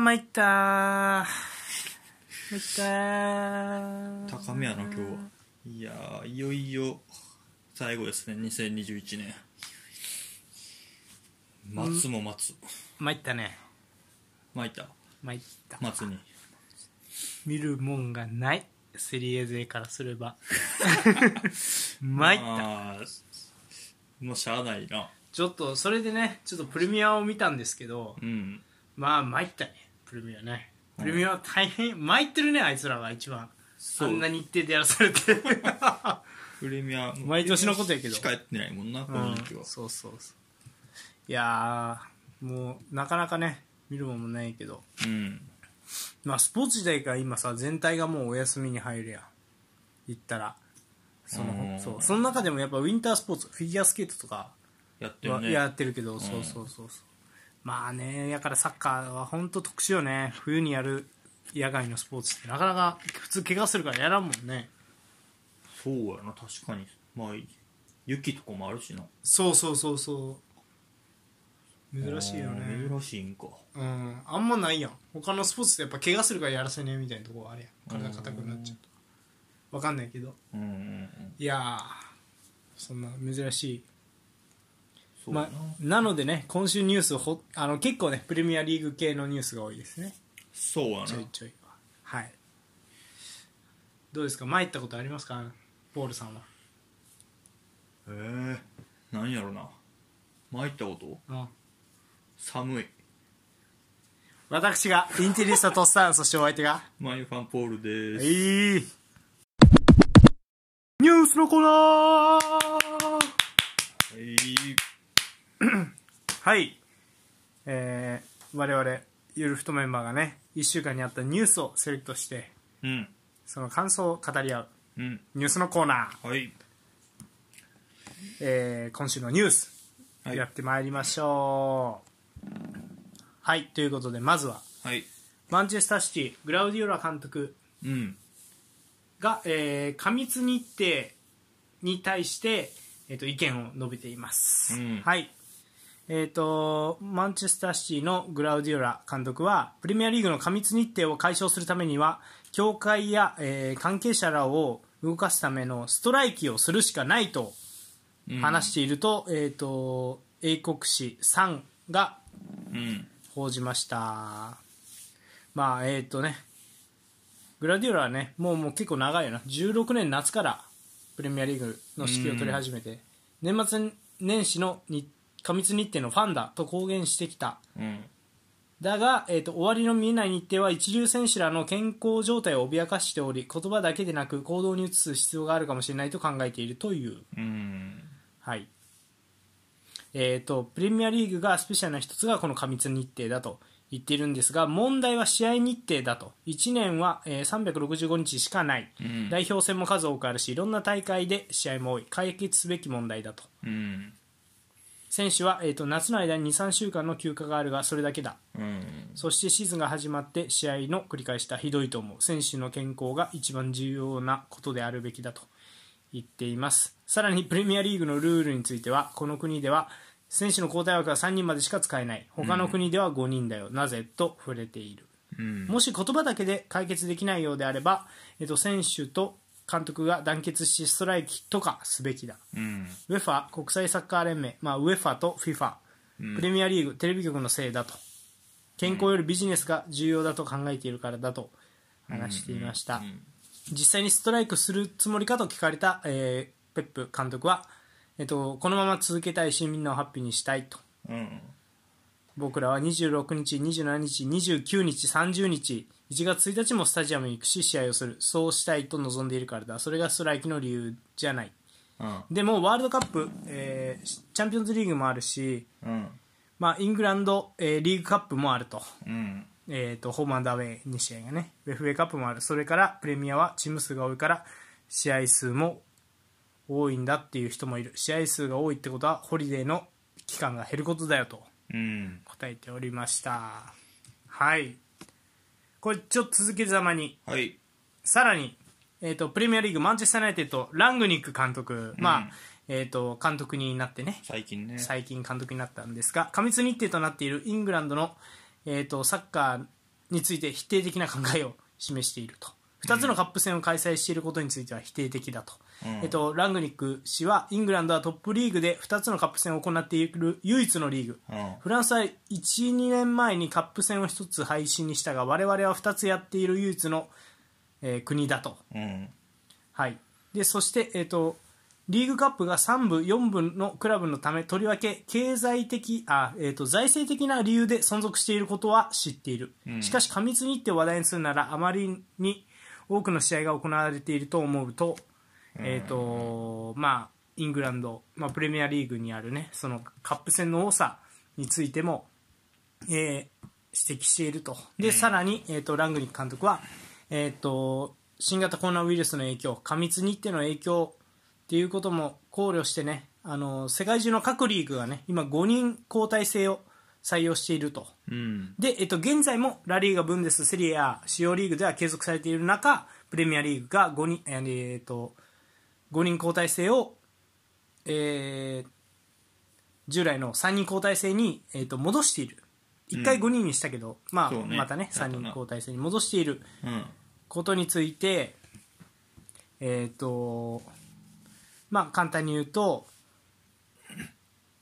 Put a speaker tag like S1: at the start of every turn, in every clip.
S1: 参ったー参ったー
S2: 高めやな今日はいやーいよいよ最後ですね2021年待つも待つ
S1: 参ったね
S2: 巻いた
S1: 参った
S2: 待つに
S1: 見るもんがないセリエ勢からすれ ば参った
S2: あーもうしゃあないな
S1: ちょっとそれでねちょっとプレミアを見たんですけど
S2: うん
S1: まあ参ったねプレミアね
S2: うん
S1: プレミアは大変参ってるねあいつらが一番あ
S2: そうん
S1: な日程でやらされ て
S2: プレミア
S1: 毎年のことやけど
S2: しかやってないもんなこ
S1: う
S2: の
S1: ん
S2: 人気は、
S1: そうそうそういやーもうなかなかね見るもんもないけど
S2: うん
S1: まあスポーツ自体が今さ全体がもうお休みに入るやん言ったらそ
S2: うん
S1: のそうその中でもやっぱウィンタースポーツフィギュアスケートとか
S2: やってる
S1: は
S2: ね
S1: やってるけど、そうそうそうそうまあねやからサッカーは本当特殊よね冬にやる野外のスポーツってなかなか普通怪我するからやらんもんね
S2: そうやな確かにまあ雪とかもあるしな
S1: そうそうそうそう珍しいよ
S2: あ
S1: ね
S2: ー珍しいんか
S1: うんあんまないやん他のスポーツってやっぱ怪我するからやらせねえみたいなとこはあるやん
S2: う
S1: 体
S2: ん
S1: 硬くなっちゃうとわかんないけど
S2: うんうんうん
S1: いやーそんな珍しい
S2: そうやな、
S1: まなのでね今週ニュースをほあの結構ねプレミアリーグ系のニュースが多いですね
S2: そうやな
S1: ちょいちょいははいどうですか前行ったことありますかポールさんは
S2: えー、何やろな参ったこと
S1: うん
S2: 寒い
S1: 私がインテリスタとっ さんそしてお相手が
S2: マイファンポールで
S1: え
S2: す、
S1: ー、ニュースのコーナー
S2: はい
S1: はいえー、我々ゆるふとメンバーがね1週間にあったニュースをセレクトして
S2: うん
S1: その感想を語り合う
S2: うん
S1: ニュースのコーナー
S2: はい
S1: えー今週のニュース
S2: はい
S1: やってまいりましょうはい、ということでまずは
S2: はい
S1: マンチェスターシティグラウディオラ監督
S2: うん
S1: が、えー過密日程に対して、えー、と意見を述べています、
S2: うん
S1: はいえー、とマンチェスターシティのグラウディオラ監督はプレミアリーグの過密日程を解消するためには協会や、えー関係者らを動かすためのストライキをするしかないと
S2: うん
S1: 話していると,、えー、と英国紙サンが
S2: うん
S1: 報じましたまあえっ、とねグラディオラはねもうもう結構長いよな16年夏からプレミアリーグの指揮を取り始めて年末年始のに過密日程のファンだと公言してきた
S2: うん
S1: だが、えー、と終わりの見えない日程は一流選手らの健康状態を脅かしており言葉だけでなく行動に移す必要があるかもしれないと考えているという
S2: うん
S1: はいえー、とプレミアリーグがスペシャルな一つがこの過密日程だと言っているんですが問題は試合日程だと1年は、えー365日しかない、
S2: うん
S1: 代表戦も数多くあるしいろんな大会で試合も多い解決すべき問題だと
S2: うん
S1: 選手は、えー、と夏の間に23週間の休暇があるがそれだけだ
S2: うん
S1: そしてシーズンが始まって試合の繰り返しだひどいと思う選手の健康が一番重要なことであるべきだと言っていますさらにプレミアリーグのルールについてはこの国では選手の交代枠は3人までしか使えない他の国では5人だよ、なぜと触れている
S2: うん
S1: もし言葉だけで解決できないようであれば、えっと、選手と監督が団結しストライキとかすべきだ
S2: うん
S1: ウェファ国際サッカー連盟、まあ、ウェファと FIFA、プレミアリーグテレビ局のせいだと健康よりビジネスが重要だと考えているからだと話していました、実際にストライクするつもりかと聞かれた、えーペップ監督は、えっと、このまま続けたいしみんなをハッピーにしたいと
S2: うん
S1: 僕らは26日、27日、29日、30日、1月1日もスタジアムに行くし、試合をする、そうしたいと望んでいるからだ、それがストライキの理由じゃない、
S2: うん
S1: でもワールドカップ、えーチャンピオンズリーグもあるし、
S2: うん
S1: まあ、イングランド、えーリーグカップもあると,、
S2: うん
S1: えー、とホームアンダーウェイ2試合がね FA カップもあるそれからプレミアはチーム数が多いから試合数も多いんだっていう人もいる試合数が多いってことはホリデーの期間が減ることだよと
S2: うん
S1: 答えておりましたはいこれちょっと続けざまに
S2: はい
S1: さらに、えー、とプレミアリーグマンチェスター・ユナイテッドラングニック監督、まあえー、と監督になってね
S2: 最近ね
S1: 最近監督になったんですが過密日程となっているイングランドの、えー、とサッカーについて否定的な考えを示していると2つのカップ戦を開催していることについては否定的だと、
S2: うん
S1: えっと、ラングニック氏はイングランドはトップリーグで2つのカップ戦を行っている唯一のリーグ
S2: うん
S1: フランスは12年前にカップ戦を1つ配信にしたが我々は2つやっている唯一の、えー国だと、
S2: うん
S1: はい、でそして、えー、とリーグカップが3部、4部のクラブのためとりわけ経済的あ、えー、と財政的な理由で存続していることは知っている、
S2: うん
S1: しかし過密にって話題にするならあまりに多くの試合が行われていると思うと,、えーとまあ、イングランド、まあ、プレミアリーグにある、ね、そのカップ戦の多さについてもえー指摘しているとで、さらに、えー、とラングニック監督は、えー、と新型コロナウイルスの影響過密日程の影響っていうことも考慮してねあの世界中の各リーグがね今5人交代制を採用していると
S2: うん
S1: で、えっと、現在もラリーガ、ブンデス、セリエ A、主要リーグでは継続されている中、プレミアリーグが5人,、えーえっと、5人交代制を、えー従来の3人交代制に、えっと戻している。1回
S2: うん
S1: 5人にしたけど、まあ、
S2: そうね
S1: またね、
S2: や
S1: 3
S2: ったな
S1: 人交代制に戻している
S2: うん
S1: ことについて、えっ、と、まあ、簡単に言うと、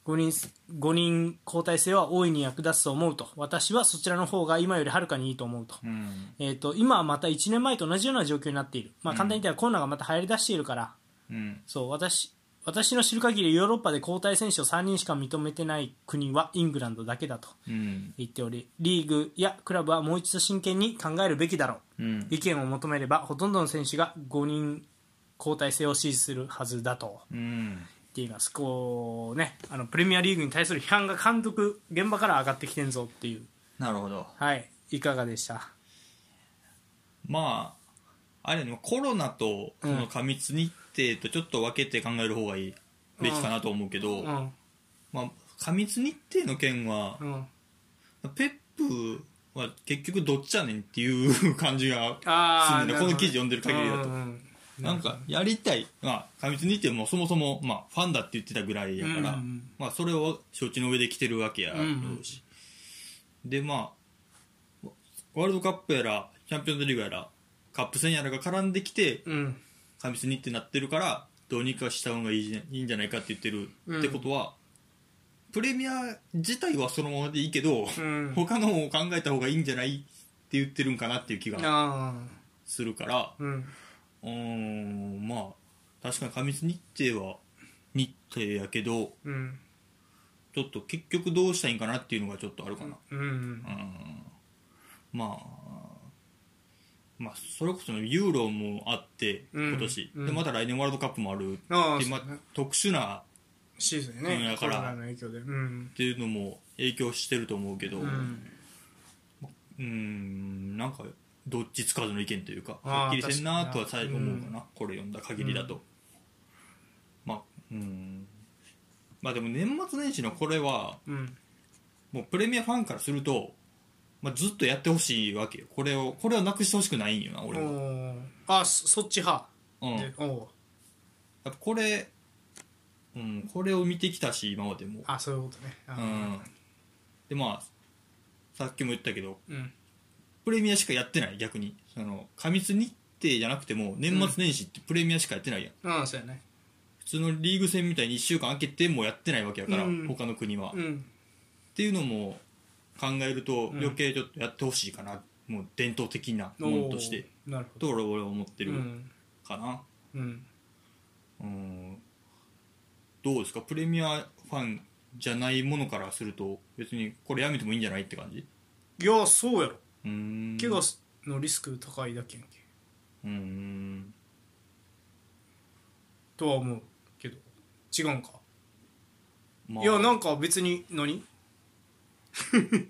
S1: 5人、5人交代制は大いに役立つと思うと。私はそちらの方が今よりはるかにいいと思うと。
S2: うん
S1: えっ、と、今はまた1年前と同じような状況になっている。まあ、簡単に言ったらコロナがまた流行り出しているから、
S2: うん
S1: そう、私、私の知る限りヨーロッパで交代選手を3人しか認めてない国はイングランドだけだと
S2: うん
S1: 言っており、リーグやクラブはもう一度真剣に考えるべきだろう。
S2: うん
S1: 意見を求めればほとんどの選手が5人交代制を支持するはずだと
S2: うん
S1: 言っていますこう、ね、あのプレミアリーグに対する批判が監督現場から上がってきてんぞっていう、
S2: なるほど
S1: はい、いかがでした
S2: まああれねコロナとその過密日程とちょっと分けて考える方がいいべきかなと思うけど、
S1: うん
S2: まあ、過密日程の件は
S1: う、ん
S2: ペップは結局どっちやねんっていう 感じが
S1: あ
S2: すんでねこの記事読んでる限りだと、
S1: と
S2: なんかやりたい、まあ、過密日程もそもそも、まあ、ファンだって言ってたぐらいやから、
S1: うんうん
S2: まあ、それを承知の上で来てるわけやろうし、でまあワールドカップやらチャンピオンズリーグやらカップ戦やらが絡んできて
S1: うん
S2: 過密にってなってるからどうにかした方がいいじゃいいんじゃないかって言ってる、
S1: うん
S2: ってことはプレミア自体はそのままでいいけど、
S1: うん
S2: 他のを考えた方がいいんじゃないって言ってるんかなっていう気が
S1: あ
S2: するから
S1: ーうん
S2: うーんまあ確かに過密日程は日程やけど
S1: うん
S2: ちょっと結局どうしたいんかなっていうのがちょっとあるかな、
S1: うん
S2: うんまあまあそれこそユーロもあって
S1: うん
S2: 今年、
S1: うん
S2: でまた来年ワールドカップもある
S1: ああ
S2: でまあ
S1: そうだね
S2: 特殊な
S1: シーズン
S2: う
S1: ね、
S2: んだから
S1: コロナの影響でうん
S2: っていうのも影響してると思うけど
S1: う
S2: うん
S1: ん
S2: んなんかどっちつかずの意見というか
S1: ああ
S2: はっきりせんな
S1: 確か
S2: と
S1: に
S2: は最後思うかな、これ読んだ限りだと、まあうんまあでも年末年始のこれは
S1: うん
S2: もうプレミアファンからすると、まあ、ずっとやってほしいわけよこれをこれをなくしてほしくないんよな
S1: お
S2: 俺は、うん、
S1: ーあそそっち派
S2: やっ
S1: でおー
S2: ぱこれうんこれを見てきたし今までも
S1: あそういうことねあ
S2: う
S1: ー
S2: んでまあさっきも言ったけど
S1: うん
S2: プレミアしかやってない逆にその過密日程じゃなくても年末年始ってプレミアしかやってないやん、
S1: うんそうやね
S2: 普通のリーグ戦みたいに1週間空けてもやってないわけやから、
S1: うん
S2: 他の国は、
S1: う
S2: っ
S1: ん
S2: ていうのも考えると
S1: ん
S2: 余計ちょっとやってほしいかな、もう伝統的なものとして
S1: おーなるほど
S2: と俺は思って
S1: う
S2: る
S1: ん
S2: かな
S1: うん
S2: うんどうですかプレミアファンじゃないものからすると別にこれやめてもいいんじゃないって感じ
S1: いやそうやろ
S2: うーん
S1: 怪我のリスク高いだけやんけ
S2: うーん
S1: とは思うけど違うんか
S2: ま
S1: いやなんか別に何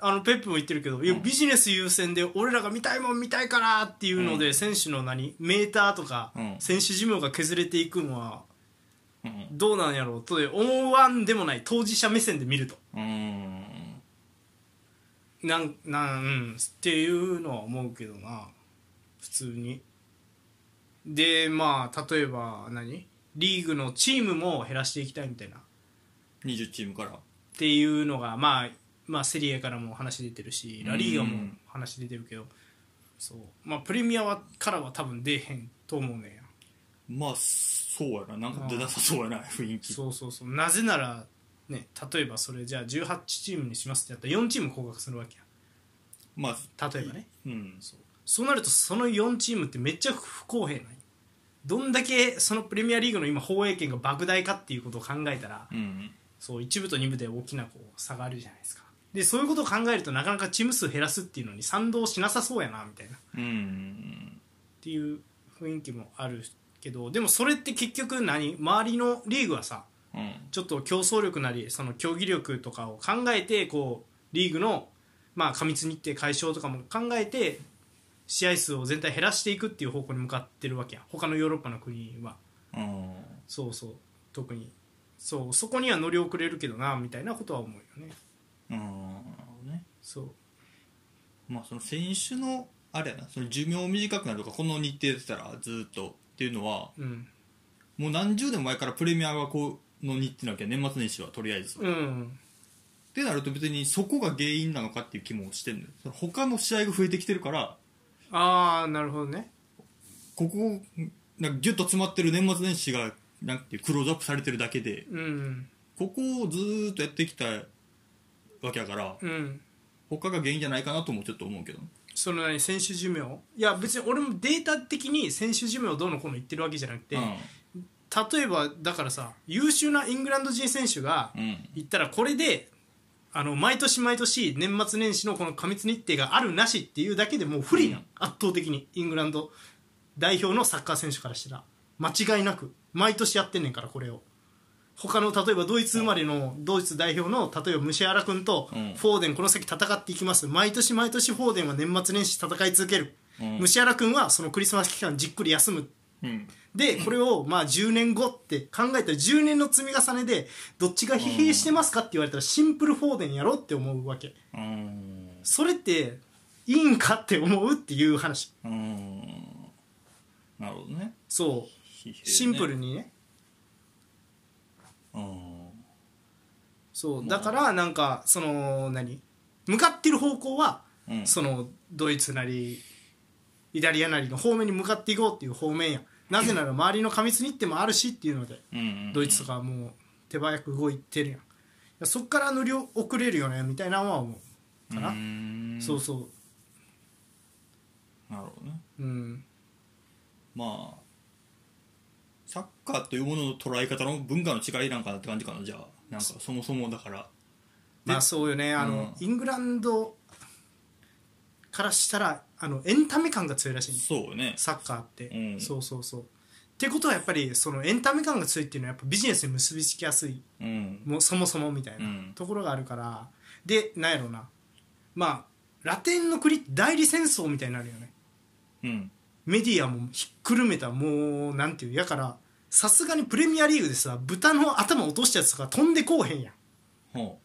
S1: あのペップも言ってるけど、いや
S2: うん
S1: ビジネス優先で俺らが見たいもん見たいからっていうので、選手の何メーターとか、
S2: うん
S1: 選手寿命が削れていくのは
S2: うん
S1: どうなんやろうとで思わんでもない当事者目線で見ると
S2: うーん
S1: なんなん、うん、っていうのは思うけどな普通にでまあ例えば何リーグのチームも減らしていきたいみたいなっ
S2: 20チームから
S1: ていうのがまあまあ、セリエからも話出てるしラリーガ
S2: う
S1: も
S2: ん
S1: 話出てるけど、そうまあ、プレミアはからは多分出えへんと思うねんや
S2: まあそうやななんか出なさそうやな雰囲気
S1: そうそうそうなぜなら、ね、例えばそれじゃあ18チームにしますってやったら4チーム降格するわけ
S2: まあ
S1: や例えばね
S2: うん
S1: そうそうなるとその4チームってめっちゃ不公平なんよどんだけそのプレミアリーグの今放映権が莫大かっていうことを考えたら、
S2: うん
S1: そう1部と2部で大きなこう差があるじゃないですかでそういうことを考えるとなかなかチーム数減らすっていうのに賛同しなさそうやなみたいなっ
S2: うん
S1: ていう雰囲気もあるけどでもそれって結局何周りのリーグはさ
S2: うん
S1: ちょっと競争力なりその競技力とかを考えてこうリーグのまあ過密日程解消とかも考えて試合数を全体減らしていくっていう方向に向かってるわけや他のヨーロッパの国は
S2: うん
S1: そうそう特にそうそこには乗り遅れるけどなみたいなことは思うよね
S2: うんなるほどね
S1: そう
S2: まあその選手のあれやなその寿命短くなるとかこの日程出たらずっとっていうのは
S1: うん、
S2: もう何十年前からプレミアがこうの日程なわけや年末年始はとりあえず、
S1: う
S2: っ
S1: ん、
S2: てなると別にそこが原因なのかっていう気もしてるのよその他の試合が増えてきてるから
S1: ああなるほどね
S2: ここなんかギュッと詰まってる年末年始がなんていうクローズアップされてるだけで
S1: うん
S2: ここをずーっとやってきたわけやから
S1: うん
S2: 他が原因じゃないかなともちょっと思うけど
S1: その何選手寿命いや別に俺もデータ的に選手寿命どうのこうの言ってるわけじゃなくて、
S2: う
S1: 例えばだからさ優秀なイングランド人選手が
S2: んうん
S1: 言ったらこれであの毎年毎年年末年始のこの過密日程があるなしっていうだけでもう不利な、
S2: うん
S1: 圧倒的にイングランド代表のサッカー選手からしたら間違いなく毎年やってんねんからこれを他の例えばドイツ生まれのドイツ代表の例えばムシアラ君と
S2: うん
S1: フォーデンこの先戦っていきます毎年毎年フォーデンは年末年始戦い続ける、
S2: うん
S1: ムシアラ君はそのクリスマス期間じっくり休む
S2: うん
S1: でこれをまあ10年後って考えたら10年の積み重ねでどっちが疲弊してますかって言われたらシンプルフォーデンやろって思うわけ
S2: うん
S1: それっていいんかって思うっていう話
S2: うんなるほどね
S1: そう
S2: 疲弊ね
S1: シンプルにね
S2: うん
S1: そうだからなんかその何向かってる方向は
S2: うん
S1: そのドイツなりイタリアなりの方面に向かっていこうっていう方面やなぜな ら周りの過密日程もあるしっていうので
S2: うんうん
S1: ドイツとかはもう手早く動いてるやんいやそっから乗り遅れるよねみたいなのは思うかな、
S2: うん
S1: そうそ
S2: なるほどね
S1: ううん
S2: まあサッカーというものの捉え方の文化の違いなんかなって感じかなじゃあなんかそもそもだから
S1: まあそうよねあの、イングランドからしたらあのエンタメ感が強いらしいね
S2: そうよね
S1: サッカーって、
S2: うん
S1: そうそうそうってことはやっぱりそのエンタメ感が強いっていうのはやっぱビジネスに結びつきやすい
S2: うん
S1: もうそもそもみたいな
S2: うん
S1: ところがあるから、でなんやろうなまあラテンの国って代理戦争みたいになるよね
S2: うん
S1: メディアもひっくるめたもうなんていうやからさすがにプレミアリーグでさ豚の頭落としたやつとか飛んでこうへんやん
S2: ほ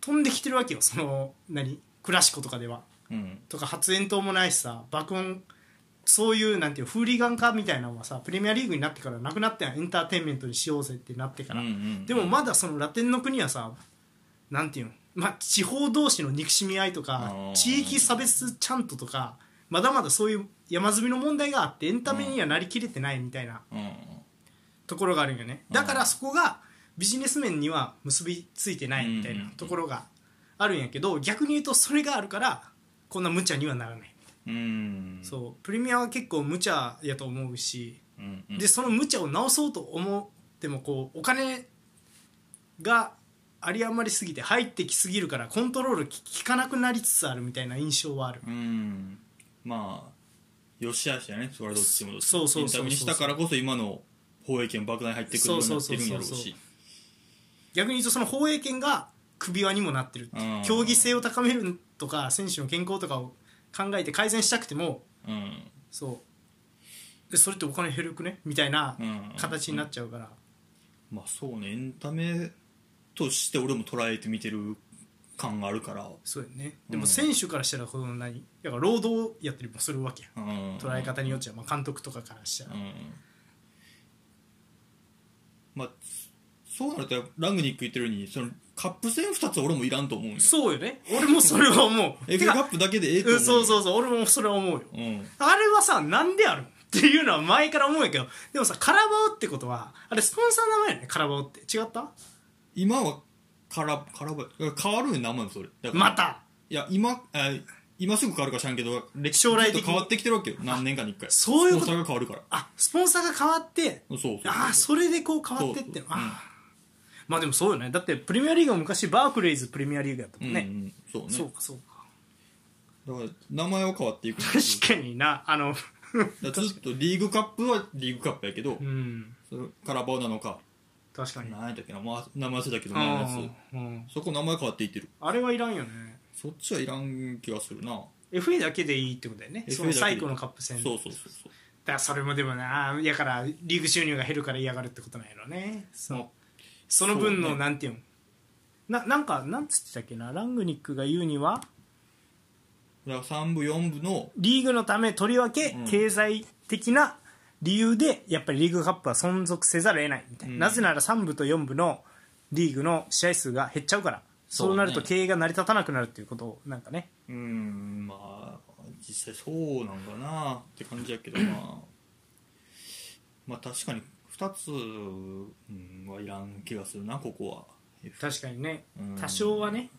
S1: 飛んできてるわけよその何クラシコとかでは
S2: ううん
S1: とか発煙筒もないしさ爆音そういうなんていうフーリガン化みたいなのはさプレミアリーグになってからなくなったやんエンターテインメントにしようぜってなってから、
S2: うんうん
S1: でもまだそのラテンの国はさなんていうの、まあ、地方同士の憎しみ合いと
S2: あ
S1: か
S2: ー
S1: 地域差別ちゃんととかまだまだそういう山積みの問題があってエンタメにはなりきれてないみたいな
S2: うん
S1: ところがあるんよねだからそこがビジネス面には結びついてないみたい
S2: うん
S1: な
S2: うん
S1: ところがあるんやけど逆に言うとそれがあるからこんな無茶にはならない
S2: うん
S1: そうプレミアは結構無茶やと思うし
S2: うんうん
S1: でその無茶を直そうと思ってもこうお金があり余りすぎて入ってきすぎるからコントロールき効かなくなりつつあるみたいな印象はある
S2: うんまあよしあしやねそれはどっちもどっちも
S1: そうそうそうそう
S2: エンタメにしたからこそ今の放映権莫大に入ってくるようになってるんだろう
S1: そうそうそうそう
S2: し
S1: 逆に言うとその放映権が首輪にもなってるっていう
S2: うん
S1: 競技性を高めるとか選手の健康とかを考えて改善したくても
S2: うん
S1: そうでそれってお金減るくねみたいな
S2: うん
S1: 形になっちゃうから、
S2: まあそうねエンタメとして俺も捉えて見てる感があるから
S1: そうやねでも
S2: うん
S1: 選手からしたらこの何だから労働やったりもするわけや
S2: うん
S1: 捉え方によっちゃ、まあ、監督とかからしたら
S2: うんまあそうなるとやっぱラングニック言ってるようにそのカップ戦2つ俺もいらんと思うんよ
S1: そうよね俺もそれは思う
S2: FA
S1: て
S2: カ
S1: か
S2: ップだけでええと
S1: う
S2: 思
S1: ん
S2: う
S1: そうそうそう俺もそれは思うよ
S2: うん
S1: あれはさなんであるんっていうのは前から思うんやけどでもさカラバオってことはあれスポンサーの名前やねカラバオって違った
S2: 今はからからば変わるん名前それだから
S1: また
S2: いや今あ今すぐ変わるか知らんけど歴史
S1: 将来的に
S2: ずっと変わってきてるわけよ何年かに1回
S1: そういうこと
S2: スポンサーが変わるから
S1: あスポンサーが変わって
S2: そうそう
S1: ああそれでこう変わってって
S2: そうそ
S1: あ
S2: う
S1: あまあでもそうよねだってプレミアリーグは昔バークレイズプレミアリーグやった
S2: う
S1: も
S2: ん
S1: ん
S2: う
S1: ね、
S2: んそうね
S1: そうかそうか
S2: だから名前は変わっていく
S1: 確かになあの
S2: だからずっとリーグカップはリーグカップやけど、
S1: うん
S2: それカラバオなのか
S1: 確かに
S2: 何やったっけな、まあ、名前忘れたけど前のや
S1: あ,、うん、
S2: つそこ名前変わっていってる
S1: あれはいらんよね
S2: そっちはいらん気がするな
S1: FA だけでいいってことだよね
S2: FA
S1: その
S2: だけで
S1: 最後のカップ戦
S2: そうそうそうそう
S1: だからそれもでもなやからリーグ収入が減るから嫌がるってことなんやろねそ
S2: まあ
S1: のその分
S2: そ
S1: の
S2: うね
S1: なんていうのななんかなんつってたっけなラングニックが言うには
S2: だから3部4部の
S1: リーグのためとりわけ
S2: うん
S1: 経済的な理由でやっぱりリーグカップは存続せざるを得ないみたいな、
S2: うん
S1: なぜなら3部と4部のリーグの試合数が減っちゃうから
S2: そう
S1: そう
S2: ね
S1: なると経営が成り立たなくなるっていうことをなんかね
S2: うーんまあ実際そうなんかなって感じやけどまあまあ確かに2つうんはいらん気がするなここは
S1: 確かにね
S2: うん
S1: 多少はね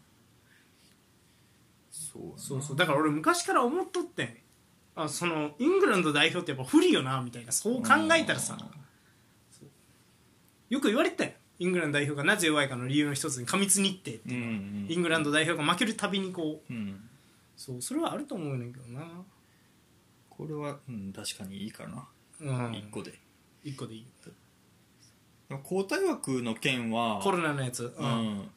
S2: そうやな
S1: そうそうだから俺昔から思っとってんあそのイングランド代表ってやっぱ不利よなみたいなそう考えたらさよく言われてたよイングランド代表がなぜ弱いかの理由の一つに過密日程
S2: うんうん
S1: イングランド代表が負けるたびにこう
S2: うん
S1: そうそれはあると思うねんけどな
S2: これは、うん、確かにいいかな、
S1: うん
S2: 1個で
S1: 一個でいい
S2: でも交代枠の件は
S1: コロナのやつ
S2: うん、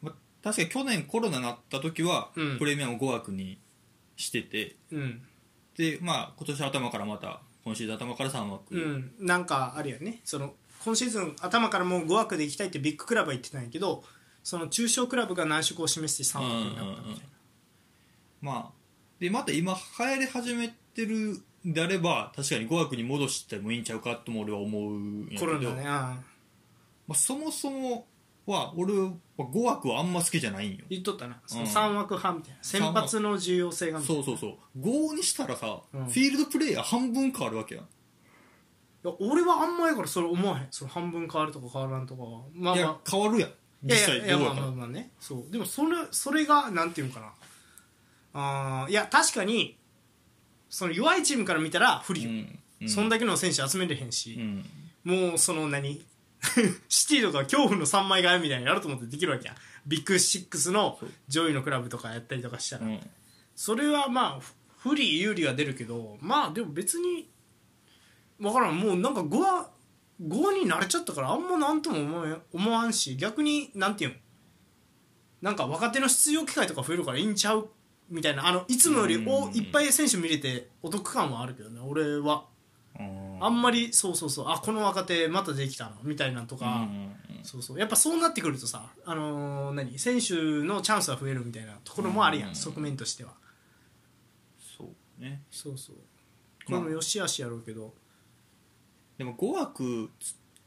S2: まあ、確かに去年コロナになった時は、
S1: うん
S2: プレミアム5枠にしてて
S1: うん
S2: でまあ今年頭からまた今シーズン頭から3枠、
S1: うん、なんかあるよねその今シーズン頭からもう5枠で行きたいってビッグクラブは言ってたんやけどその中小クラブが難色を示して3枠になったみたいな、
S2: まあでまた今流行り始めてるんであれば確かに5枠に戻してもいいんちゃうかとも俺は思うんやけど
S1: コロナねああ
S2: まあ、そもそもは俺は5枠はあんま好きじゃないんよ
S1: 言っとったなその
S2: うん
S1: 3枠半みたいな、先発の重要性がみたい
S2: そ
S1: な
S2: うそうそう5にしたらさ、
S1: うん
S2: フィールドプレイヤー半分変わるわけやん
S1: いや俺はあんまやからそれ思わへんその半分変わるとか変わらんとかはまあま
S2: いや
S1: あ
S2: 変わるやん
S1: い
S2: 実
S1: や
S2: 際
S1: いやいや
S2: どう
S1: ま
S2: や
S1: あ
S2: か
S1: ま
S2: ら
S1: あまあねそうでもそれそれがなんていうんかなあーいや確かにその弱いチームから見たら不利よ、
S2: うん
S1: そんだけの選手集めれへんし
S2: う、ん
S1: もうその何 シティとか恐怖の3枚替えみたいになると思ってできるわけやビッグ6の上位のクラブとかやったりとかしたら、
S2: うん
S1: それはまあふ不利有利は出るけどまあでも別に分からんもうなんか5は5に慣れちゃったからあんまなんとも思わん思わんし逆になんていうのなんか若手の出場機会とか増えるからいいんちゃうみたいなあのいつもよりお
S2: うん
S1: いっぱい選手見れてお得感はあるけどね俺はあ
S2: あ
S1: んまりそうそうそうあこの若手またできたのみたいなとか、そうそうやっぱそうなってくるとさ、あのー何選手のチャンスは増えるみたいなところもあるやん、
S2: うん
S1: 側面としては
S2: そうね
S1: そうそうこ
S2: ま
S1: れ
S2: あ
S1: もよしあしやろうけど、
S2: でも5枠っ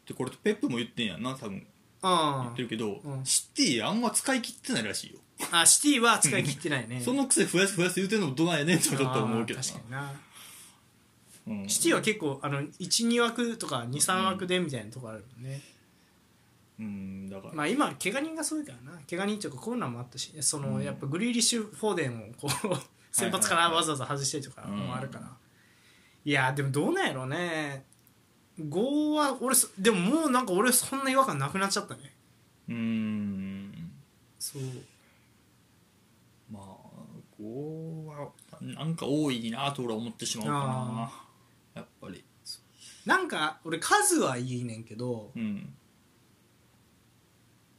S2: てこれペップも言ってんやんな多分言
S1: あ
S2: ってるけど
S1: うん
S2: シティあんま使い切ってないらしいよ
S1: ああシティは使い切ってないね
S2: そのくせ増やす増やす言うてんのもどないやねんと
S1: あー
S2: はちょっと思うけど
S1: 確かにな
S2: なうん
S1: シティは結構あの12枠とか23枠でみたいなとこあるもんね、
S2: うんだから
S1: まあ今怪我人がすごいからな怪我人とかコロナもあったしその、
S2: うん
S1: やっぱグリーリッシュ・フォーデンをこう先発からわざわざ外したりとか
S2: うん
S1: もあるから、いやでもどうなんやろうね5は俺そでももうなんか俺そんな違和感なくなっちゃったね
S2: うん
S1: そう
S2: まあ5はなんか多いなと俺は思ってしまうかなやっぱり
S1: なんか俺数はいいねんけど、
S2: うん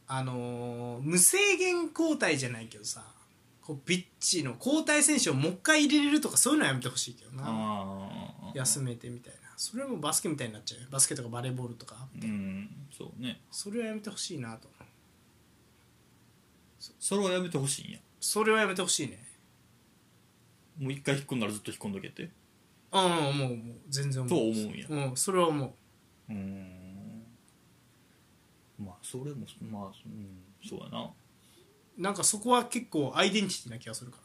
S1: あのー無制限交代じゃないけどさこうビッチの交代選手をもう一回入れれるとかそういうのはやめてほしいけどな
S2: ああ
S1: 休めてみたいなそれはもうバスケみたいになっちゃうよバスケとかバレーボールとか
S2: うんそうね
S1: それはやめてほしいなと思う
S2: それはやめてほしいんや
S1: それはやめてほしいね
S2: もう一回引っ込んだらずっと引っ込んどけて
S1: うんもうもう全然
S2: と
S1: 思
S2: は
S1: う
S2: 思うんや
S1: うんそれは思う
S2: うんまあそれもまあ、うん、そうやな
S1: なんかそこは結構アイデンティティな気がするか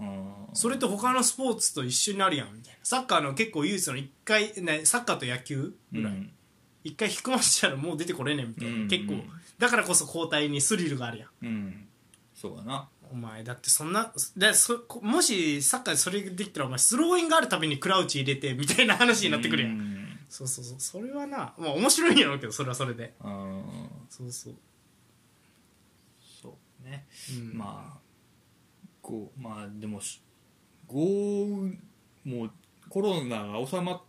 S1: ら
S2: うん
S1: それって他のスポーツと一緒になるやんみたいなサッカーの結構唯一の1回、ね、サッカーと野球ぐらい、
S2: うん
S1: 一回引っ込ませたらもう出てこれねえみたいな、
S2: うん
S1: 結構だからこそ交代にスリルがあるやん
S2: うんそうやな
S1: お前だってそんなでそこもしサッカーでそれできたらお前スローインがあるたびにクラウチ入れてみたいな話になってくるやん、
S2: うん
S1: そうそうそうそれはなまあ面白いんやろうけどそれはそれで
S2: うん
S1: そうそう、
S2: そうね
S1: うん、
S2: まあこうまあでもし豪雨もうコロナが収まっ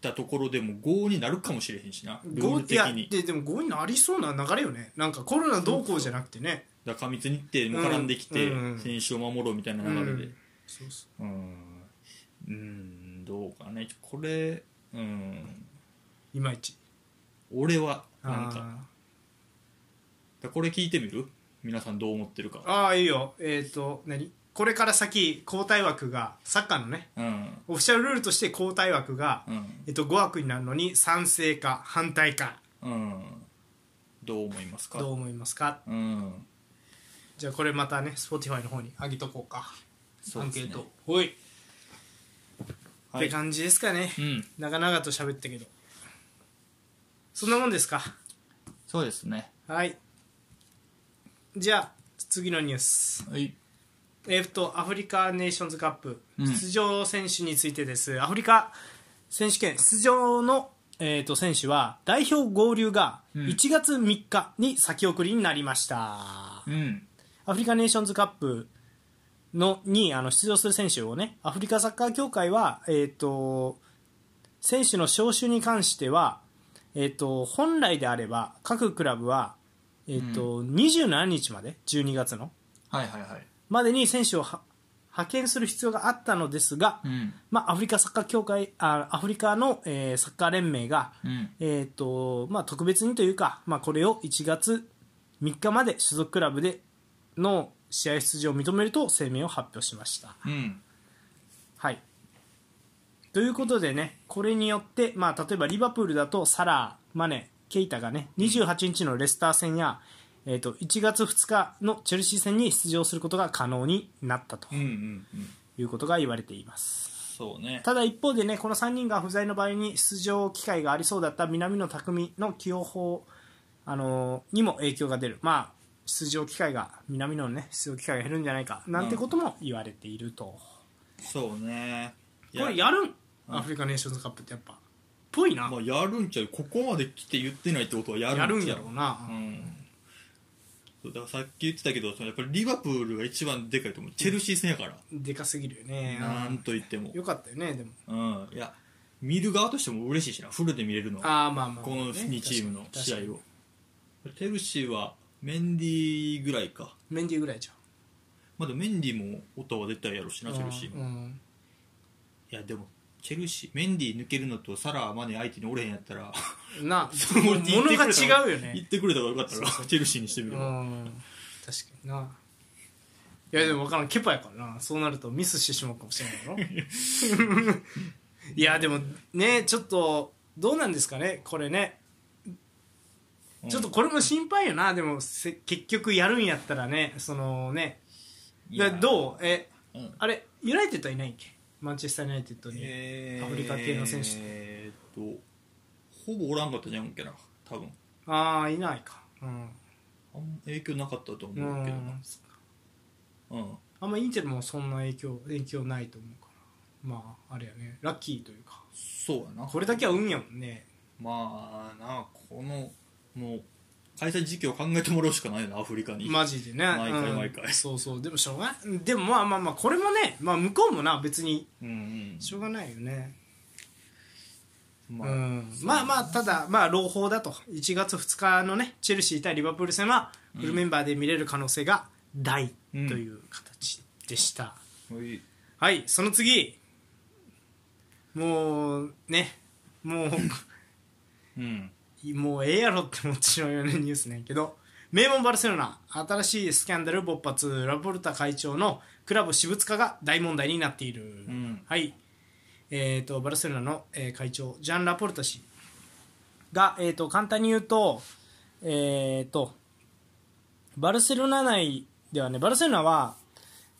S2: たところでも豪雨になるかもしれへんしなルー
S1: ゴ
S2: ル
S1: ーい
S2: 的
S1: や
S2: に
S1: ででもゴーになりそうな流れよねなんかコロナどうこうじゃなくてね
S2: だから過密日程も絡んできて、
S1: うんうん
S2: 選手を守ろうみたいな流れで
S1: そうそう
S2: うんうんどうかねこれうん
S1: いまいち
S2: 俺はなんか
S1: あ
S2: だこれ聞いてみる皆さんどう思ってる
S1: ー
S2: か
S1: あーいいよえっ、と何これから先交代枠がサッカーのね
S2: うん
S1: オフィシャルルールとして交代枠が、
S2: うん
S1: えっと、5枠になるのに賛成か反対か
S2: うんどう思いますか
S1: どう思いますか
S2: うん
S1: じゃあこれまたね Spotify の方に上げとこうか
S2: そう
S1: ア
S2: で
S1: ン
S2: すね
S1: ケートほい、
S2: はい
S1: って感じですかね
S2: うん
S1: 長々と喋ったけどそんなもんですか
S2: そうですね
S1: はいじゃあ次のニュース
S2: はい
S1: えーっとアフリカネーションズカップ
S2: うん
S1: 出場選手についてです、アフリカ選手権出場の、えーっと選手は代表合流が
S2: うん
S1: 1月3日に先送りになりました、
S2: うん
S1: アフリカネーションズカップのにあの出場する選手をねアフリカサッカー協会は、えーっと選手の招集に関しては、えーっと本来であれば各クラブは、えーっと27日まで12月の。
S2: はいはいはい
S1: までに選手をは派遣する必要があったのですが、
S2: うん
S1: まあ、アフリカサッカー協会あアフリカの、えーサッカー連盟が、
S2: うん
S1: えーとまあ、特別にというか、まあ、これを1月3日まで所属クラブでの試合出場を認めると声明を発表しました。
S2: うん
S1: はい、ということでねこれによって、まあ、例えばリバプールだとサラー、マネケイタがね28日のレスター戦や、えー、と1月2日のチェルシー戦に出場することが可能になったと
S2: うんうんうん
S1: いうことが言われています。
S2: そうね
S1: ただ一方でねこの3人が不在の場合に出場機会がありそうだった南野拓実の起用法、あのーにも影響が出る、まあ、出場機会が南野の、ね、出場機会が減るんじゃないかなんてことも言われていると。
S2: そうねい
S1: こ
S2: や
S1: れやるんアフリカネーションズカップってやっぱぽいな、
S2: まあやるんちゃうここまで来て言ってないってことはや
S1: や
S2: る
S1: るん
S2: んち
S1: や
S2: ゃう
S1: ろうな、
S2: うんそうだからさっき言ってたけどそのやっぱりリバプールが一番でかいと思うチェルシー戦やから、
S1: でかすぎるよね
S2: なんと言っても
S1: よかったよねでも
S2: うんいや見る側としても嬉しいしなフルで見れるのは
S1: ああまあまあ、
S2: この2チームの試合
S1: を
S2: をチェルシーはメンディーぐらいか
S1: メンディーぐらいじゃ
S2: まだメンディーも音は出たやろうしなんチェルシーも、
S1: う
S2: い
S1: ん
S2: やでもチェルシーメンディー抜けるのとサラーマネ相手におれへんやった ら
S1: うんな
S2: も
S1: も
S2: う
S1: の
S2: 言ってく
S1: が
S2: れた
S1: 違うよ
S2: 言っ
S1: ね
S2: てくれた方がよかったらチェルシーにしてみ
S1: うん
S2: る
S1: 確
S2: わ
S1: かにないやでも分からんケパやからなそうなるとミスしてしまうかもしれないよ いやでもねちょっとどうなんですかねこれね
S2: うん
S1: ちょっとこれも心配よなでもせ結局やるんやったらねそのね
S2: いや
S1: だどうえ
S2: うん
S1: あれユナイテッドはいないんけマンチェスター・ユナイテッドに、
S2: えー
S1: アフリカ系の選手
S2: えーっとほぼおらんかったじゃんけな多分
S1: ああいないかうん
S2: あんま影響なかったと思う
S1: う
S2: けど
S1: ん
S2: なうん
S1: あんまインテルもそんな影響影響ないと思うからまああれやねラッキーというか
S2: そうやな
S1: これだけは運やもんね
S2: まあなこのもう開催時期を考えてもらうしかないよなアフリカに、
S1: マジでね
S2: 毎回
S1: うん
S2: 毎回
S1: そうそうでもしょうがないでもまあまあまあこれもね、まあ、向こうもな別に
S2: うん
S1: しょうがないよね
S2: うん
S1: う
S2: まあ、
S1: ん、まあまあただまあ朗報だと1月2日のねチェルシー対リバプール戦はフルメンバーで見れる可能性が大という形でした、
S2: おい
S1: はいその次もうねも
S2: うん
S1: うもうええやろって思ってしまうようなニュースなんやけど名門バルセロナ新しいスキャンダル勃発ラポルタ会長のクラブ私物化が大問題になっている、
S2: うん
S1: はい、えー、とバルセロナの、えー会長ジャン・ラポルタ氏が、えー、と簡単に言うと,、えっ、と、バルセロナ内ではね、バルセロナは、